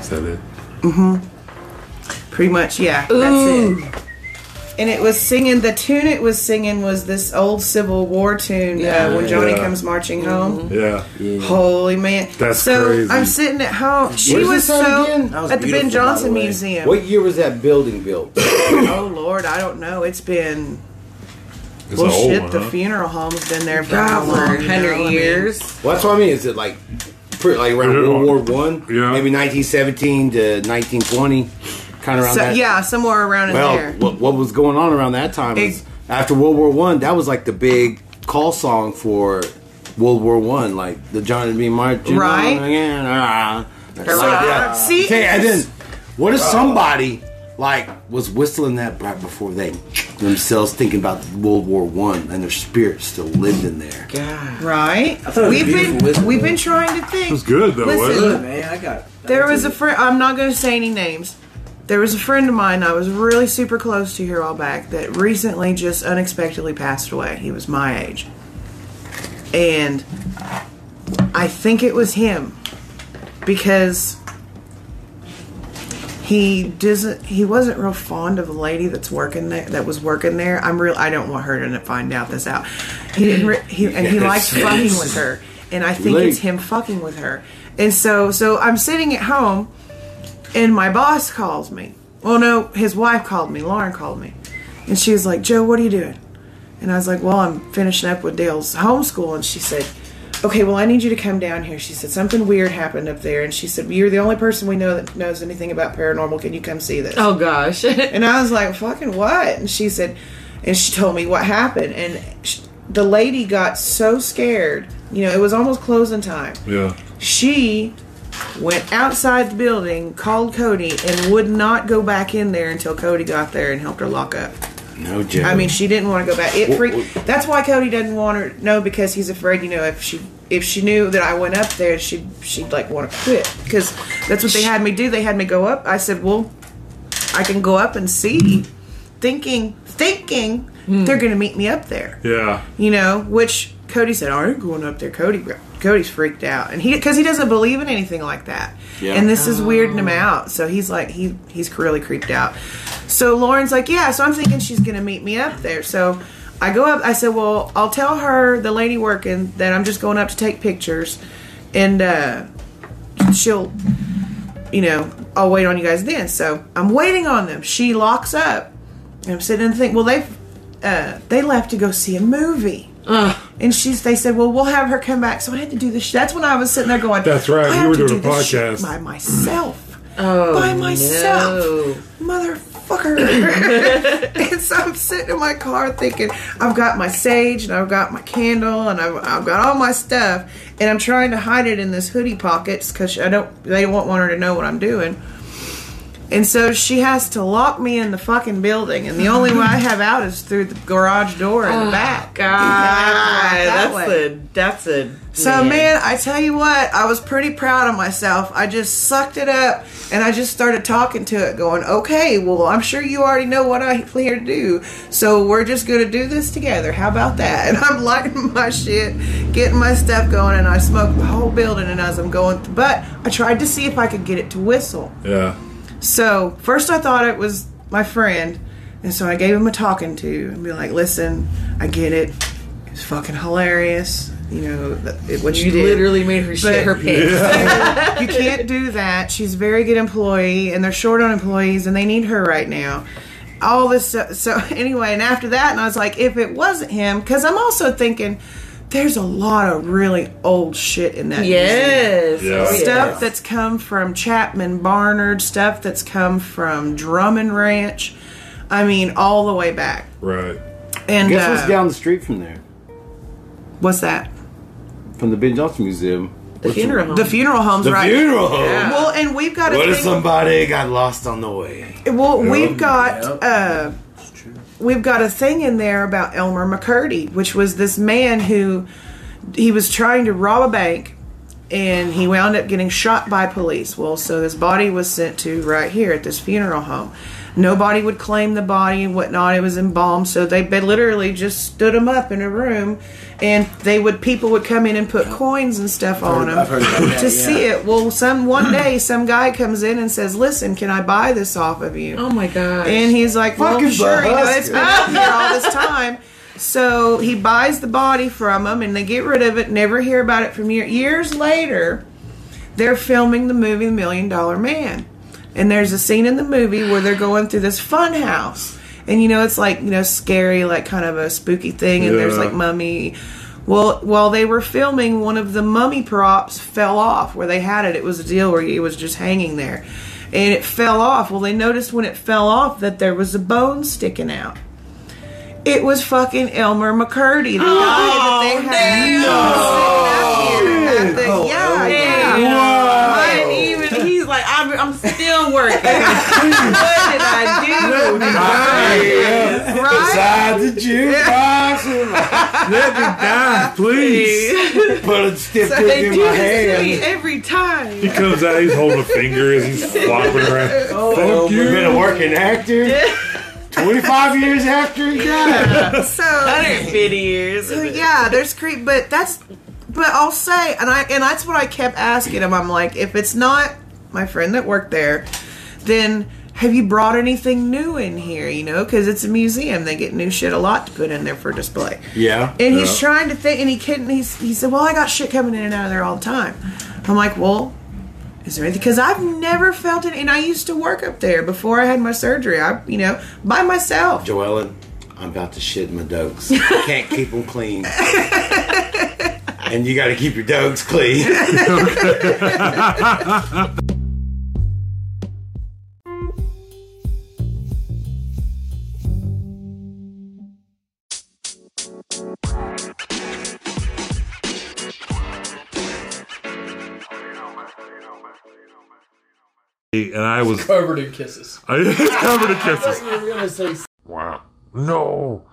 [SPEAKER 2] Is that it?
[SPEAKER 3] Pretty much, yeah. That's it. And it was singing, the tune it was singing was this old Civil War tune, uh, When Johnny
[SPEAKER 2] Yeah.
[SPEAKER 3] Comes Marching Home.
[SPEAKER 2] Yeah.
[SPEAKER 3] Holy man.
[SPEAKER 2] That's
[SPEAKER 3] so
[SPEAKER 2] crazy.
[SPEAKER 3] I'm sitting at home. She
[SPEAKER 1] Where's
[SPEAKER 3] was
[SPEAKER 1] this at
[SPEAKER 3] so.
[SPEAKER 1] again?
[SPEAKER 4] was
[SPEAKER 3] At the Ben
[SPEAKER 4] beautiful, by the
[SPEAKER 3] Johnson
[SPEAKER 4] way.
[SPEAKER 3] Museum.
[SPEAKER 1] What year was that building built?
[SPEAKER 3] Oh, Lord, I don't know. It's been.
[SPEAKER 2] It's
[SPEAKER 3] Well,
[SPEAKER 2] an old
[SPEAKER 3] shit,
[SPEAKER 2] one,
[SPEAKER 3] the
[SPEAKER 2] huh?
[SPEAKER 3] funeral home's been there for how
[SPEAKER 5] God,
[SPEAKER 3] long? you know? I
[SPEAKER 5] 100
[SPEAKER 3] mean,
[SPEAKER 5] years.
[SPEAKER 1] Well, that's what I mean. Is it like, pretty, like around
[SPEAKER 2] Yeah.
[SPEAKER 1] World War One?
[SPEAKER 2] Yeah.
[SPEAKER 1] Maybe 1917 to 1920, kind of around
[SPEAKER 3] So,
[SPEAKER 1] that.
[SPEAKER 3] yeah, somewhere around in
[SPEAKER 1] Well,
[SPEAKER 3] there.
[SPEAKER 1] what, what was going on around that time is
[SPEAKER 3] Ex-
[SPEAKER 1] after World War One, that was like the big call song for World War One, like the John and me marching
[SPEAKER 3] Right.
[SPEAKER 1] on again. ah, ah, Like
[SPEAKER 3] Right.
[SPEAKER 1] that.
[SPEAKER 3] See,
[SPEAKER 1] Okay, and then what if somebody like was whistling that right before they themselves thinking about World War One and their spirit still lived in there.
[SPEAKER 4] God.
[SPEAKER 3] Right?
[SPEAKER 4] thought it was
[SPEAKER 3] We've
[SPEAKER 4] a beautiful
[SPEAKER 3] been
[SPEAKER 4] whistle.
[SPEAKER 3] we've been trying to think.
[SPEAKER 2] It's good though.
[SPEAKER 3] Listen,
[SPEAKER 2] wasn't it?
[SPEAKER 4] Look, man, I got.
[SPEAKER 3] There was a friend. I'm not going to say any names. There was a friend of mine I was really super close to here all back that recently just unexpectedly passed away. He was my age, and I think it was him because he doesn't. He wasn't real fond of the lady that's working there. That was working there. I'm real. I don't want her to find out this out. He didn't. Re- he, and he likes
[SPEAKER 4] Yes.
[SPEAKER 3] fucking with her, and I think it's
[SPEAKER 1] Relate.
[SPEAKER 3] him fucking with her. And so, so I'm sitting at home, and my boss calls me. Well, no, his wife called me. Lauren called me, and she was like, "Joe, what are you doing?" And I was like, "Well, I'm finishing up with Dale's homeschool." And she said, "Okay, well, I need you to come down here." She said, "Something weird happened up there," and she said, "You're the only person we know that knows anything about paranormal. Can you come see this?"
[SPEAKER 5] Oh gosh.
[SPEAKER 3] And I was like, fucking what? And she said, and she told me what happened. And sh the lady got so scared. You know, it was almost closing time.
[SPEAKER 2] Yeah.
[SPEAKER 3] She went outside the building, called Cody, and would not go back in there until Cody got there and helped her lock up.
[SPEAKER 1] No joke.
[SPEAKER 3] I mean, she didn't want to go back. It
[SPEAKER 1] Wha-
[SPEAKER 3] freaked.
[SPEAKER 1] wha-
[SPEAKER 3] That's why Cody doesn't want her. No, because he's afraid. You know, if she if she knew that I went up there, she'd she'd like want to quit because that's what they had me do. They had me go up. I said, well, I can go up and see, thinking thinking they're gonna meet me up there.
[SPEAKER 2] Yeah.
[SPEAKER 3] You know, which Cody said, I ain't going up there. Cody Cody's freaked out, and he because he doesn't believe in anything like that.
[SPEAKER 1] Yeah.
[SPEAKER 3] And this is weirding him out. So he's like, he he's really creeped out. So Lauren's like, yeah. So I'm thinking she's gonna meet me up there. So I go up. I said, well, I'll tell her the lady working that I'm just going up to take pictures, and uh, she'll, you know, I'll wait on you guys then. So I'm waiting on them. She locks up. And I'm sitting and think, well, they uh, they left to go see a movie. And she's, they said, well, we'll have her come back. So I had to do this. Sh- that's when I was sitting there going,
[SPEAKER 2] That's right,
[SPEAKER 3] I
[SPEAKER 2] we
[SPEAKER 3] have
[SPEAKER 2] were
[SPEAKER 3] to
[SPEAKER 2] doing
[SPEAKER 3] do
[SPEAKER 2] a
[SPEAKER 3] this shit
[SPEAKER 2] podcast.
[SPEAKER 3] by myself.
[SPEAKER 5] Oh,
[SPEAKER 3] by myself.
[SPEAKER 5] no.
[SPEAKER 3] Motherfucker. and so I'm sitting in my car thinking, I've got my sage and I've got my candle and I've, I've got all my stuff. And I'm trying to hide it in this hoodie pockets because I don't, they don't want her to know what I'm doing. And so she has to lock me in the fucking building, and the only way I have out is through the garage door in the back.
[SPEAKER 5] God,
[SPEAKER 3] That
[SPEAKER 5] that's
[SPEAKER 3] way.
[SPEAKER 5] a that's a
[SPEAKER 3] So man, I tell you what, I was pretty proud of myself. I just sucked it up and I just started talking to it, going, "Okay, well, I'm sure you already know what I'm here to do, so we're just gonna do this together. How about that?" And I'm lighting my shit, getting my stuff going, and I smoked the whole building. And as I'm going, but I tried to see if I could get it to whistle.
[SPEAKER 2] Yeah.
[SPEAKER 3] So first I thought it was my friend, and so I gave him a talking to and be like, "Listen, I get it. It's fucking hilarious. You know th- it, what you,
[SPEAKER 5] You
[SPEAKER 3] did.
[SPEAKER 5] literally made her shit her pants.
[SPEAKER 3] you can't do that. She's a very good employee, and they're short on employees, and they need her right now." All this stuff. So, anyway, and after that, and I was like, if it wasn't him, because I'm also thinking there's a lot of really old shit in that. museum
[SPEAKER 5] Yes.
[SPEAKER 2] Yeah.
[SPEAKER 5] Oh,
[SPEAKER 3] stuff that's come from Chapman Barnard, stuff that's come from Drummond Ranch. I mean, all the way back.
[SPEAKER 2] Right.
[SPEAKER 3] And
[SPEAKER 1] guess
[SPEAKER 3] uh,
[SPEAKER 1] what's down the street from there,
[SPEAKER 3] what's that?
[SPEAKER 1] from the Ben Johnson Museum?
[SPEAKER 5] The funeral home.
[SPEAKER 3] The funeral home's
[SPEAKER 1] The
[SPEAKER 3] right.
[SPEAKER 1] funeral home.
[SPEAKER 3] Well, and we've got
[SPEAKER 1] What
[SPEAKER 3] a
[SPEAKER 1] if
[SPEAKER 3] thing.
[SPEAKER 1] somebody got lost on the way?
[SPEAKER 3] well, we've got
[SPEAKER 4] Yep.
[SPEAKER 3] uh, we've got a thing in there about Elmer McCurdy, which was this man who he was trying to rob a bank. And he wound up getting shot by police. Well, so his body was sent to right here at this funeral home. Nobody would claim the body and whatnot. It was embalmed, so they ba- literally just stood him up in a room, and they would people would come in and put coins and stuff on him
[SPEAKER 4] I've heard about that,
[SPEAKER 3] to
[SPEAKER 4] yeah.
[SPEAKER 3] see it. Well, some one day some guy comes in and says, "Listen, can I buy this off of you?"
[SPEAKER 5] oh my god.
[SPEAKER 3] And he's like, well,
[SPEAKER 1] Fucking
[SPEAKER 3] sure, you know,
[SPEAKER 1] Bahuska.
[SPEAKER 3] it's been up here all this time. So he buys the body from them, and they get rid of it. Never hear about it from year. years later. They're filming the movie The Million Dollar Man, and there's a scene in the movie where they're going through this fun house, and you know it's like you know scary, like kind of a spooky thing, and there's
[SPEAKER 2] Yeah.
[SPEAKER 3] like mummy. Well, while they were filming, one of the mummy props fell off where they had it. It was a deal where it was just hanging there, and it fell off. Well, they noticed when it fell off that there was a bone sticking out. It was fucking Elmer McCurdy, the guy that
[SPEAKER 1] Oh,
[SPEAKER 3] they had sitting up here at the-
[SPEAKER 1] oh,
[SPEAKER 3] yeah, yeah.
[SPEAKER 5] Damn. I didn't even. He's like, I'm. I'm still working. what did I
[SPEAKER 1] Inside the jukebox,
[SPEAKER 2] Let me die, please.
[SPEAKER 1] put a stiff
[SPEAKER 5] So
[SPEAKER 1] dick
[SPEAKER 5] they
[SPEAKER 1] in
[SPEAKER 5] do
[SPEAKER 1] my
[SPEAKER 5] this to me
[SPEAKER 1] hand.
[SPEAKER 5] every
[SPEAKER 2] He
[SPEAKER 5] time.
[SPEAKER 2] comes out, he's holding a finger as he's flopping around.
[SPEAKER 1] Oh,
[SPEAKER 2] you.
[SPEAKER 1] Been a working actor. Twenty-five years after he died.
[SPEAKER 3] So
[SPEAKER 5] 150 years.
[SPEAKER 3] So, yeah, there's creep, but that's, but I'll say, and I and that's what I kept asking him. I'm like, if it's not my friend that worked there, then have you brought anything new in here? You know, because it's a museum; they get new shit a lot to put in there for display.
[SPEAKER 1] Yeah.
[SPEAKER 3] And he's trying to think, and he couldn't. He's, he said, "Well, I got shit coming in and out of there all the time." I'm like, "Well, is there anything?" Because I've never felt it, and I used to work up there before I had my surgery. I, you know, by myself.
[SPEAKER 1] Joellen, I'm about to shit my dogs. I can't keep them clean. and you got to keep your dogs clean.
[SPEAKER 2] And I was
[SPEAKER 6] Covered in kisses.
[SPEAKER 2] I, covered in kisses.
[SPEAKER 6] I was gonna say
[SPEAKER 2] Wow. No.